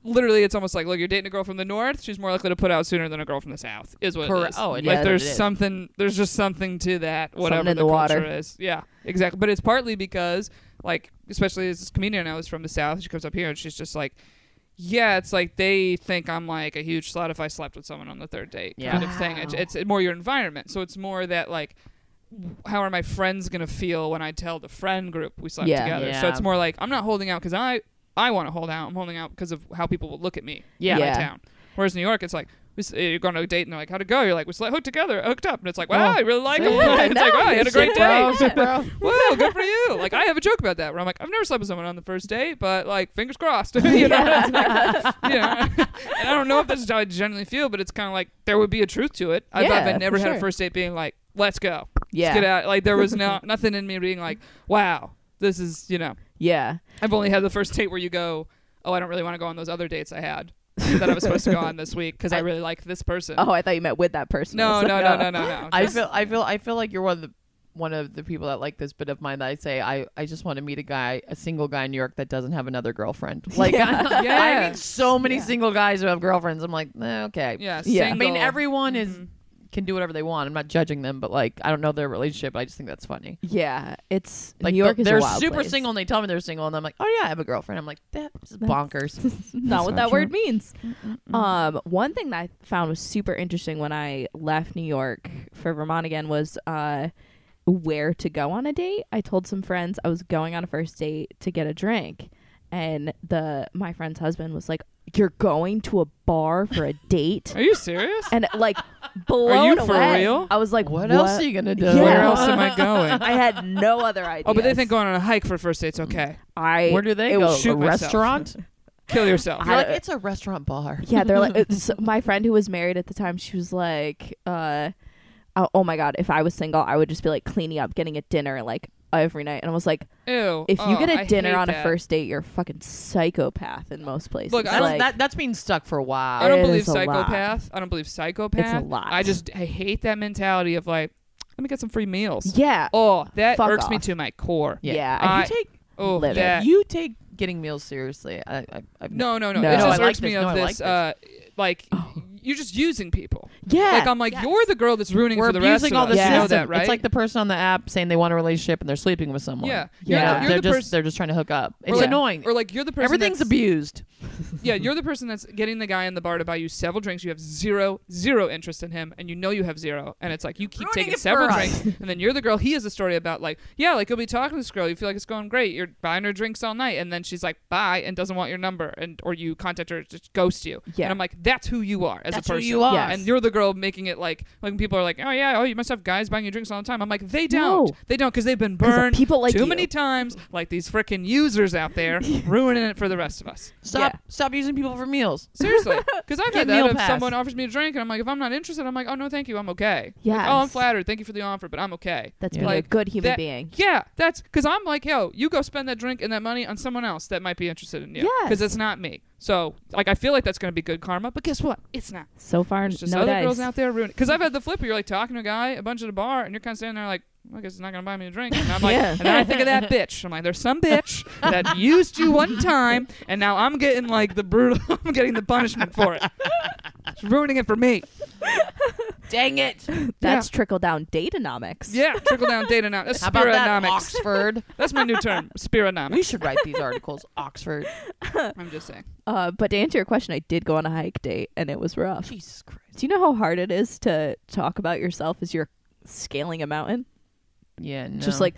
A: literally, it's almost like, look, you're dating a girl from the North. She's more likely to put out sooner than a girl from the South. Is what it
C: Correct.
A: is.
C: Oh, it
A: like
C: is. Yeah,
A: there's
C: it is.
A: something. There's just something to that. Whatever
B: in
A: the,
B: the
A: culture
B: water.
A: is. Yeah, exactly. But it's partly because, like, especially as this comedian I was from the South, she comes up here and she's just like. Yeah, it's like they think I'm like a huge slut if I slept with someone on the third date
C: Yeah.
A: kind of thing. It's, it's more your environment, so it's more that like how are my friends gonna feel when I tell the friend group we slept
B: Yeah.
A: together? So it's
C: Yeah.
A: more like I'm not holding out because I I want to hold out. I'm holding out because of how people will look at me
C: Yeah.
A: in my
B: Yeah.
A: town. Whereas New York, it's like we s- you're going to a date and they're like, how'd it go? You're like, we slept hooked together, hooked up, and it's like, wow,
C: Oh.
A: I really like
C: Yeah.
A: him. it's like, wow, you had a great
C: Bro,
A: day.
C: bro.
A: Whoa, good for you. Like I have a joke about that where I'm like, I've never slept with someone on the first date, but like fingers crossed. you know, it's like, you know? and I don't know if this is how I generally feel, but it's kind of like there would be a truth to it. I thought
B: Yeah,
A: I never
B: for
A: had a
B: sure.
A: first date being like, let's go,
B: Yeah.
A: let's get out. Like there was no nothing in me being like, wow, this is you know.
B: yeah.
A: I've only had the first date where you go, oh, I don't really want to go on those other dates I had that I was supposed to go on this week because I, really like this person.
B: Oh, I thought you meant with that person. I
A: no,
B: was
A: no,
B: like,
A: no, no, no, no.
C: I
A: Just-
C: feel I feel I feel like you're one of the one of the people that like this bit of mine that I say I, I just want to meet a guy a single guy in New York that doesn't have another girlfriend like I,
A: Yeah.
C: I meet so many single guys who have girlfriends I'm like eh, okay
A: yeah,
B: Yeah.
C: I mean
A: single. Mm-hmm.
C: everyone is can do whatever they want I'm not judging them but like I don't know their relationship I just think that's funny
B: Yeah, it's
C: like
B: New York
C: the-
B: is a
C: they're
B: wild
C: super
B: place.
C: single and they tell me they're single and I'm like oh yeah I have a girlfriend I'm like that's bonkers
B: not what
C: not
B: that
C: true.
B: word means. Um, one thing that I found was super interesting when I left New York for Vermont again was uh, where to go on a date. I told some friends I was going on a first date to get a drink, and the my friend's husband was like, "You're going to a bar for a date?"
A: Are you serious?
B: and like blown
A: for
B: away.
A: real?
B: I was like,
C: what, else are you gonna do
B: Yeah.
A: Where else am I going?
B: I had no other idea.
A: Oh, but they think going on a hike for first date's okay.
B: I
C: where do they
B: it
C: go
B: was-
A: shoot
C: a
A: myself.
C: restaurant
A: Kill yourself.
C: You're like, it's a restaurant bar
B: yeah they're like it's, my friend who was married at the time she was like uh oh, oh my god if i was single i would just be like cleaning up getting a dinner like every night and i was like
A: Ew.
B: if you
A: Oh,
B: get a
A: I
B: dinner
A: hate
B: on a
A: that.
B: first date you're a fucking psychopath in most places
A: Look, I
C: I
A: don't-
C: don't-
B: like,
C: that, that's been stuck for a while
A: I don't
B: It
A: believe
B: is a lot.
A: psychopath. I don't believe psychopath.
B: lot.
A: I just I hate that mentality of like, let me get some free meals.
B: yeah
A: Oh, that
B: Fuck
A: irks me
B: off.
A: to my core.
B: yeah,
A: I-
C: you take
A: Oh,
B: Livid.
A: that.
C: you take getting meals seriously. I, I, I've
A: no, no, no.
B: No.
A: It
B: No, I Oh.
A: just
C: like
A: irks me
C: this.
A: of
C: No, I like
A: this.
C: this.
A: uh, like you're just using people.
B: yeah
A: Like I'm like you're the girl that's ruining
C: we're
A: for the rest
C: abusing
A: of
C: all
A: us.
C: the
B: Yeah.
A: You know
C: system.
A: that, right?
C: It's like the person on the app saying they want a relationship and they're sleeping with someone.
A: yeah,
C: You know,
B: Yeah.
A: You're the,
C: they're
A: you're the
C: just
A: person.
C: they're just trying to hook up. It's
A: like-
C: annoying.
A: Or like you're the person.
C: Everything's
A: that's-
C: abused.
A: Yeah, you're the person that's getting the guy in the bar to buy you several drinks. You have zero, zero interest in him, and you know you have zero. And it's like you keep
C: Ruining
A: taking
C: it for
A: several
C: us.
A: drinks, and then you're the girl. He has a story about like, yeah, like you'll be talking to this girl. You feel like it's going great. You're buying her drinks all night, and then she's like, bye, and doesn't want your number, and or you contact her, just ghost you.
B: Yeah.
A: And I'm like, that's who you are as
C: That's
A: a
C: who
A: person.
C: you are.
A: And you're the girl making it like like when people are like, oh yeah, oh you must have guys buying you drinks all the time. I'm like, they don't,
B: No.
A: they don't, because they've been
B: 'Cause of
A: burned
B: people like
A: too
B: you.
A: many times, like these freaking users out there ruining it for the rest of us.
C: Stop
B: Yeah.
C: stop using people for meals.
A: Seriously, because I've
C: Get
A: had that.
C: meal
A: If
C: pass.
A: someone offers me a drink and I'm like, if I'm not interested, I'm like, oh no, thank you, I'm okay. Like,
B: Yes.
A: oh, I'm flattered. Thank you for the offer, but I'm okay.
B: that's
C: Yeah.
B: being a
A: Like,
B: good human
A: that-
B: being
A: Yeah, that's because I'm like, yo, you go spend that drink and that money on someone else that might be interested in you.
B: Yes.
A: because it's not me. So like, I feel like that's going to be good karma, but guess what? It's not.
B: so far
A: There's just
B: no
A: other
B: dice.
A: girls out there ruining. Because I've had the flip. where You're like talking to a guy a bunch at a bar, and you're kind of standing there like. "Well, I guess it's not gonna buy me a drink. And I'm like,
B: Yeah.
A: and then I think of that bitch. I'm like, there's some bitch that used you one time, and now I'm getting like the brutal. I'm getting the punishment for it. It's ruining it for me.
C: Dang it.
B: that's trickle down datanomics
A: Yeah, trickle down data now. That's
C: How about that?
A: spironomics.
C: Oxford.
A: That's my new term,
C: we
A: spironomics.
C: should write these articles. Oxford.
A: I'm just saying.
B: uh but to answer your question i did go on a hike date and it was rough
C: Jesus Christ.
B: do you know how hard it is to talk about yourself as you're scaling a mountain
C: Yeah, no.
B: just like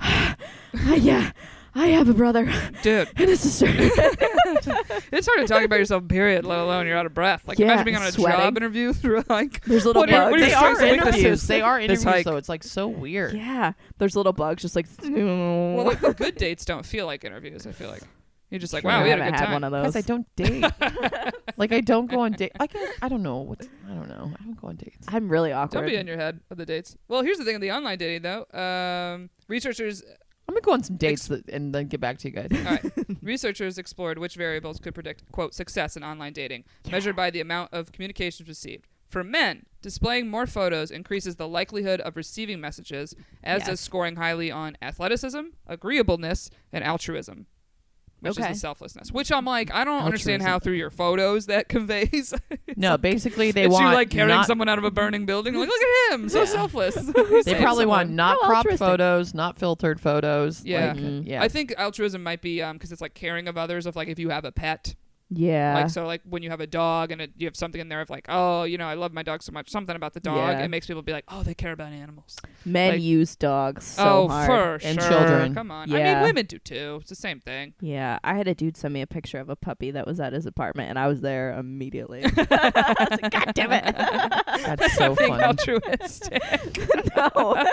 B: "Ah, yeah i have a brother
A: Dude,
B: and a sister
A: it's hard to talk about yourself, period, let alone you're out of breath. Like,
B: Yeah,
A: imagine being on a
B: sweating.
A: job interview through like.
B: there's little
A: What are-
B: bugs
A: what are
C: they
A: your
C: are
A: strengths and weaknesses?
C: interviews. They are
A: This
C: interviews
A: hike.
C: though. It's like so weird.
B: yeah there's little bugs just like
A: Well, like, the good dates don't feel like interviews, I feel like. You're just like,
B: Sure,
A: wow,
B: I
A: we had a
B: haven't
A: good
B: had
A: time.
B: one of
C: Guys,
B: those
C: I don't date. Like I don't go on date. I guess I don't know. What's, I don't know. I don't go on dates.
B: I'm really awkward.
A: Don't be in your head of the dates. Well, here's the thing of the online dating though. Um, researchers
C: I'm gonna go on some dates that, and then get back to you guys.
A: all right, researchers explored which variables could predict quote success in online dating, measured by the amount of communications received. For men, displaying more photos increases the likelihood of receiving messages, as
C: Yes.
A: does scoring highly on athleticism, agreeableness, and altruism. Which
B: Okay.
A: is the selflessness. Which I'm like, I don't understand how
C: Altruism.
A: through your photos that conveys.
C: No, basically they
A: it's
C: want
A: you like carrying
C: not,
A: someone out of a burning building. Like, look at him, so
C: Yeah.
A: selfless.
C: They probably want not
B: How
C: cropped
B: altruistic.
C: photos, not filtered photos.
A: Yeah.
C: like,
A: Mhm.
C: yeah.
A: I think altruism might be um because it's like caring of others. Of like if you have a pet,
B: yeah.
A: Like so, like when you have a dog and it, you have something in there of like, oh, you know, I love my dog so much. Something about the dog,
B: Yeah.
A: it makes people be like, oh, they care about animals.
B: Men
A: like-
B: use dogs so
A: oh,
B: hard.
A: for
C: And
A: sure.
C: children.
A: Come on. I mean,
B: Yeah.
A: women do too. It's the same thing.
B: Yeah, I had a dude send me a picture of a puppy that was at his apartment, and I was there immediately. I was like, God damn it!
C: that's so
A: Being
C: funny.
A: altruistic.
B: no,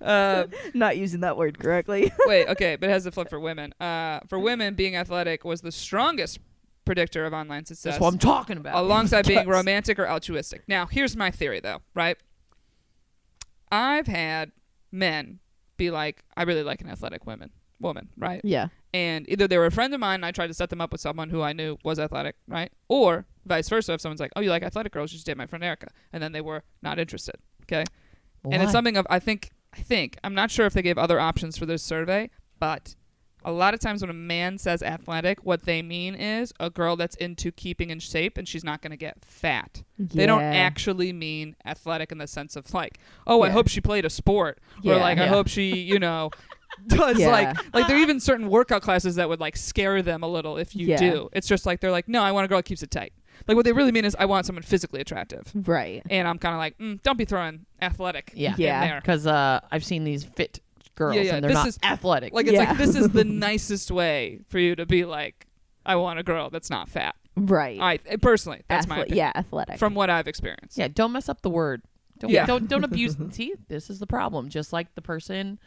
A: uh,
B: not using that word correctly.
A: wait, okay, but it has a flip for women. Uh, for women, being athletic was the strongest predictor of online success.
C: That's what I'm talking about.
A: alongside being
C: Yes.
A: romantic or altruistic. Now, here's my theory though, right? I've had men be like, I really like an athletic woman, woman, right?
B: yeah,
A: And either they were a friend of mine and I tried to set them up with someone who I knew was athletic, right? Or vice versa, if someone's like, Oh, you like athletic girls, you should date my friend Erica and then they were not interested. Okay. And it's
C: Why?
A: something of I think I think I'm not sure if they gave other options for this survey, but a lot of times when a man says athletic, what they mean is a girl that's into keeping in shape and she's not going to get fat. They don't
B: Yeah.
A: actually mean athletic in the sense of like, oh, I
B: Yeah.
A: hope she played a sport or
B: Yeah.
A: like I
C: Yeah.
A: hope she, you know, does
B: Yeah.
A: like like there are even certain workout classes that would like scare them a little if you
B: Yeah.
A: do. It's just like they're like, no, I want a girl that keeps it tight. Like what they really mean is I want someone physically attractive.
B: right.
A: And I'm kind of like, mm, don't be throwing athletic
C: Yeah.
A: in
B: Yeah.
A: there.
C: because uh, I've seen these fit girls
A: Yeah, yeah,
C: and they're
A: this
C: not
A: is-
C: athletic.
A: Like it's
B: Yeah.
A: like this is the nicest way for you to be like, I want a girl that's not fat.
B: Right.
A: I personally, that's my
B: Athle-
A: opinion.
B: yeah, athletic.
A: From what I've experienced.
C: yeah, don't mess up the word. Don't
A: Yeah.
C: don't don't abuse. See, this is the problem. Just like the person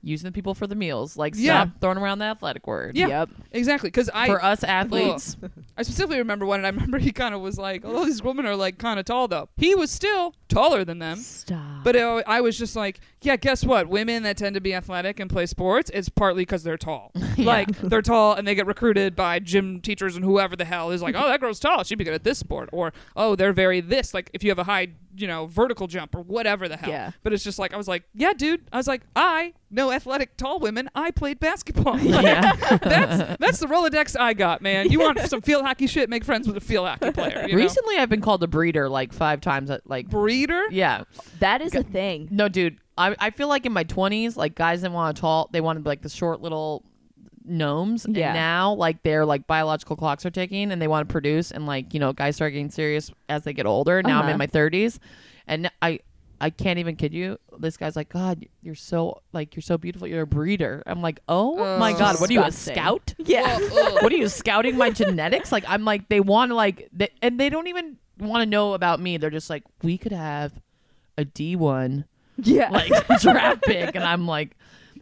C: using the people for the meals, like
A: Yeah.
C: stop throwing around the athletic word.
A: Yeah. Mm-hmm.
B: Yep.
A: Exactly, because I
C: For us athletes,
A: I specifically remember one, and I remember he kind of was like, "Although these women are like kind of tall, though he was still taller than them."
B: Stop.
A: But it, I was just like, "Yeah, guess what? Women that tend to be athletic and play sports, it's partly because they're tall. Like they're tall, and they get recruited by gym teachers and whoever the hell is like, oh, that girl's tall, she'd be good at this sport, or oh, they're very this. Like if you have a high, you know, vertical jump or whatever the hell.
B: Yeah.
A: But it's just like I was like, yeah, dude. I was like, I know athletic tall women. I played basketball.
C: yeah.
A: That's that's the Rolodex I got, man. You want some field hockey shit? Make friends with a field hockey player. You know?
C: Recently, I've been called a breeder like five times. at- Like,
A: breeder.
C: yeah,
B: that is a thing.
C: no, dude. I, I feel like in my twenties, like guys didn't want a tall. They wanted like the short little gnomes.
B: Yeah.
C: And now, like their like biological clocks are ticking, and they want to produce. And like you know, guys start getting serious as they get older. Now I'm
B: Uh-huh.
C: in my thirties, and I I can't even kid you. This guy's like, God, you're so like you're so beautiful. You're a breeder. I'm like, oh my
A: Oh.
C: God, what are you a
B: Disgusting.
C: scout?
B: Yeah.
C: what are you scouting my genetics? Like I'm like they want to like they, and they don't even want to know about me. They're just like we could have a D one
B: yeah.
C: like draft pick, and I'm like,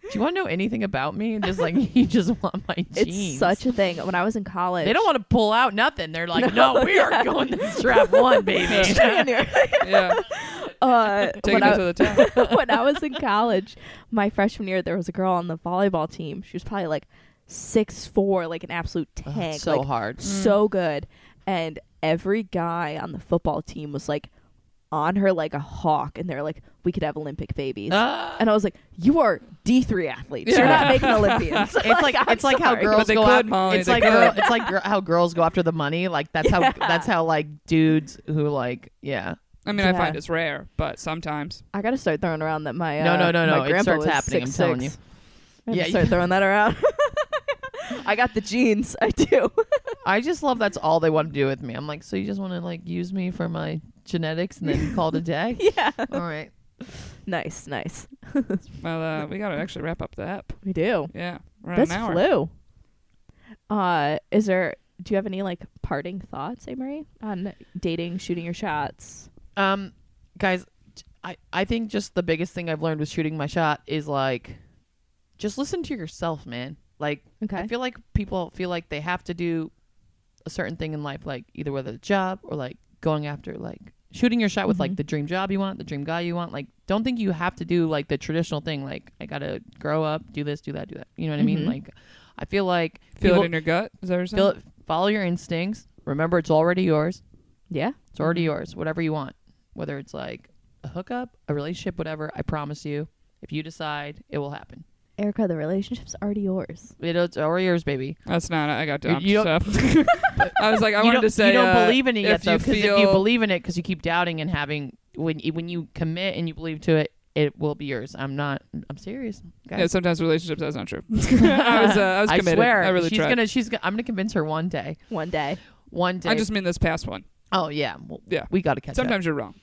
C: do you want to know anything about me? And just like you just want my genes.
B: it's such a thing. When I was in college,
C: they don't want to pull out nothing. They're like, no, we are going this draft one, baby.
B: Stay in here.
A: Yeah,
B: uh,
A: taking
B: when
A: it
B: I-
A: to the top.
B: when I was in college, my freshman year, there was a girl on the volleyball team. She was probably like six four, like an absolute tank,
C: so
B: like,
C: hard.
A: Mm.
B: so good. And every guy on the football team was like on her like a hawk, and they're like, "We could have Olympic babies."
C: Ah.
B: and I was like, "You are D three athletes. You're
A: Yeah.
B: not making Olympians."
C: It's like
B: I'm
C: it's like how
B: sorry.
C: girls
A: But they
C: go
A: could,
C: after
A: Molly,
C: it's
A: they
C: like girl,
A: could.
C: it's like gr- how girls go after the money. Like that's how that's how like dudes who like yeah
A: I mean, I
B: Yeah.
A: find it's rare, but sometimes.
B: I gotta start throwing around that my uh,
C: No, no, no,
B: my
C: no. It
B: grandpa
C: starts
B: was
C: happening, I'm telling you.
B: 6'6". I yeah,
C: Yeah,
B: start
C: you-
B: throwing that around. I got the genes. I do.
C: I just love that's all they want to do with me. I'm like, so you just want to like use me for my genetics and then call it a day?
B: yeah.
C: all right.
B: Nice, nice.
A: Well, uh, we gotta actually wrap up the app.
B: We do.
A: Yeah, we're at
B: That's
A: an hour.
B: flu. Uh, is there? Do you have any like parting thoughts, Amory, on dating, shooting your shots?
C: Um, guys, t- I I think just the biggest thing I've learned with shooting my shot is like, just listen to yourself, man. Like,
B: Okay.
C: I feel like people feel like they have to do a certain thing in life, like either whether the job or like going after like shooting your shot with
A: Mm-hmm.
C: like the dream job you want, the dream guy you want. Like, don't think you have to do like the traditional thing. Like, I gotta grow up, do this, do that, do that. You know what I mean?
B: Mhm.
C: Like, I feel like
A: Mm-hmm. Feel
C: people-
A: it in your gut. Is that what you're saying?
C: feel it, follow your instincts. Remember, it's already yours.
B: Yeah.
C: It's already
A: Mm-hmm.
C: yours. Whatever you want, whether it's like a hookup, a relationship, whatever. I promise you, if you decide, it will happen.
B: Erica, the relationship's already yours.
C: It- it's already yours, baby.
A: That's not. I got
C: You-
A: dumped.
C: you
A: so.
C: don't-
A: I was like, I
C: you
A: wanted
C: don't,
A: to say
C: you don't
A: uh,
C: believe in it yet,
A: if
C: though,
A: you
C: because
A: feel
C: if you believe in it, because you keep doubting and having when when you commit and you believe to it, it will be yours. I'm not. I'm serious, guys.
A: Yeah, sometimes relationships. That's not true. I was, uh, I was committed.
C: swear,
A: I really
C: she's
A: tried.
C: gonna. She's. Gonna, I'm gonna convince her one day.
B: One day.
C: One day.
A: I just mean this past one.
C: Oh yeah. Well,
A: Yeah.
C: We got to catch
A: Sometimes you're wrong.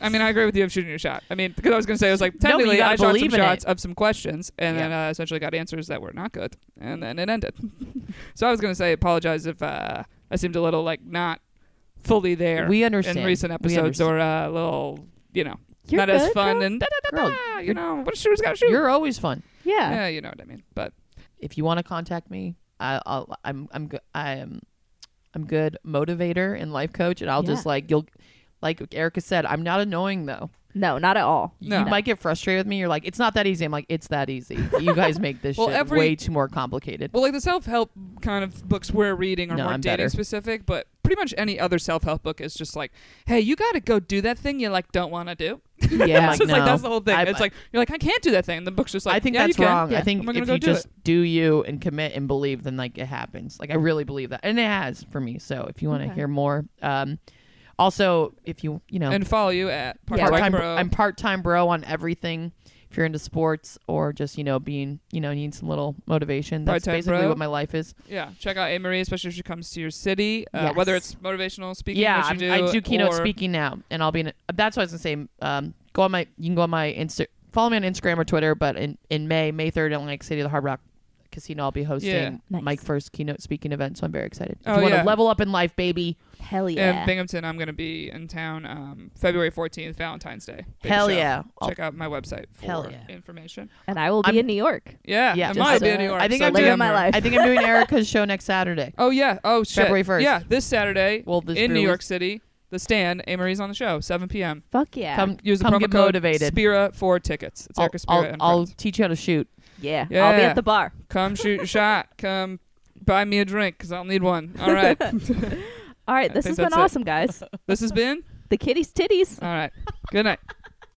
A: I mean, I agree with you of shooting your shot. I mean, because I was going to say, it was like
C: but you
A: technically
C: gotta
A: I shot some
C: believe in
A: shots of some questions, and then
C: Yeah.
A: uh, essentially got answers that were not good, and then it ended. so I was going to say, apologize if uh, I seemed a little like not fully there
C: up. We understand.
A: in recent
C: We
A: episodes,
C: understand.
A: or a little, you know,
B: You're
A: not as
B: good,
A: fun
B: girl.
A: and da da da
C: Girl,
A: da. You
C: you're-
A: know, what a shooter's got to shoot.
C: You're always fun.
B: Yeah.
A: yeah, you know what I mean. But
C: if you want to contact me, I, I'll, I'm I'm go- I'm I'm good motivator and life coach, and I'll just
B: Yeah.
C: like you'll like Erica said, I'm not annoying though.
B: No, not at all.
C: You
A: No.
C: might get frustrated with me. You're like, it's not that easy. I'm like, it's that easy. You guys make this
A: Well,
C: shit
A: every-
C: way too more complicated.
A: Well, like the self help kind of books we're reading are
C: No,
A: more
C: I'm
A: dating
C: better.
A: specific, but pretty much any other self help book is just like, hey, you got to go do that thing you like don't want to do.
C: yeah,
A: it's just like
C: no.
A: that's the whole thing.
C: I-
A: it's like you're like I can't do that thing. The book's just like
C: I think
A: yeah, you
C: that's
A: can.
C: wrong.
B: Yeah.
C: I think
A: I'm gonna
C: if
A: go
C: you
A: do
C: just do you and commit and believe, then like it happens. Like I really believe that, and it has for me. So if you want to
B: Okay.
C: hear more, um, also if you you know
A: And follow you at part
C: part time.
A: bro.
C: I'm part time bro on everything. If you're into sports or just you know being you know need some little motivation, that's
A: Part-time
C: basically
A: bro.
C: what my life is.
A: yeah, check out A Marie, especially if she comes to your city. Uh,
C: Yes.
A: Whether it's motivational speaking,
C: yeah,
A: which
C: I'm,
A: you
C: I do keynote
A: or-
C: speaking now, and I'll be. In, that's what I was gonna say. Um, go on my. You can go on my Insta. Follow me on Instagram or Twitter. But in in May, May third, in Atlantic City, the Hard Rock Casino, I'll be hosting
A: Yeah.
B: Nice.
C: my first keynote speaking event. So I'm very excited. If
A: Oh,
C: you want to
A: yeah.
C: level up in life, baby.
B: Hell
A: And
B: yeah.
A: Binghamton, I'm going to be in town um, February 14th, Valentine's Day. Big
C: Hell
A: show.
C: yeah. I'll-
A: Check out my website for
C: Hell yeah.
A: information.
B: and I will be
C: I'm-
B: in New York.
A: Yeah,
C: Yeah,
A: I
C: just,
A: might be
B: uh,
A: in New York.
C: I think
A: so
C: I'm doing
A: DM
B: my
A: her.
B: life.
C: I think I'm doing Erica's show next Saturday.
A: Oh yeah. Oh shit.
C: February 1st.
A: Yeah, this Saturday.
C: Well, this
A: in New
C: brew
A: York
C: is-
A: City, the stand. Amory's on the show, 7 p.m.
B: Fuck yeah.
C: Come
A: Use the
C: come
A: promo
C: get
A: code
C: motivated.
A: Spira for tickets. It's
C: I'll,
A: Erica Spira.
C: I'll,
A: and
C: I'll
A: friends.
C: teach you how to shoot.
B: yeah.
A: Yeah.
B: I'll be at the bar.
A: come shoot your shot. Come buy me a drink because I'll need one. All right.
B: All right.
A: I
B: This
A: think
B: has been
A: that's it.
B: awesome, guys.
A: this has been.
B: the kitty's titties.
A: All right. Good night.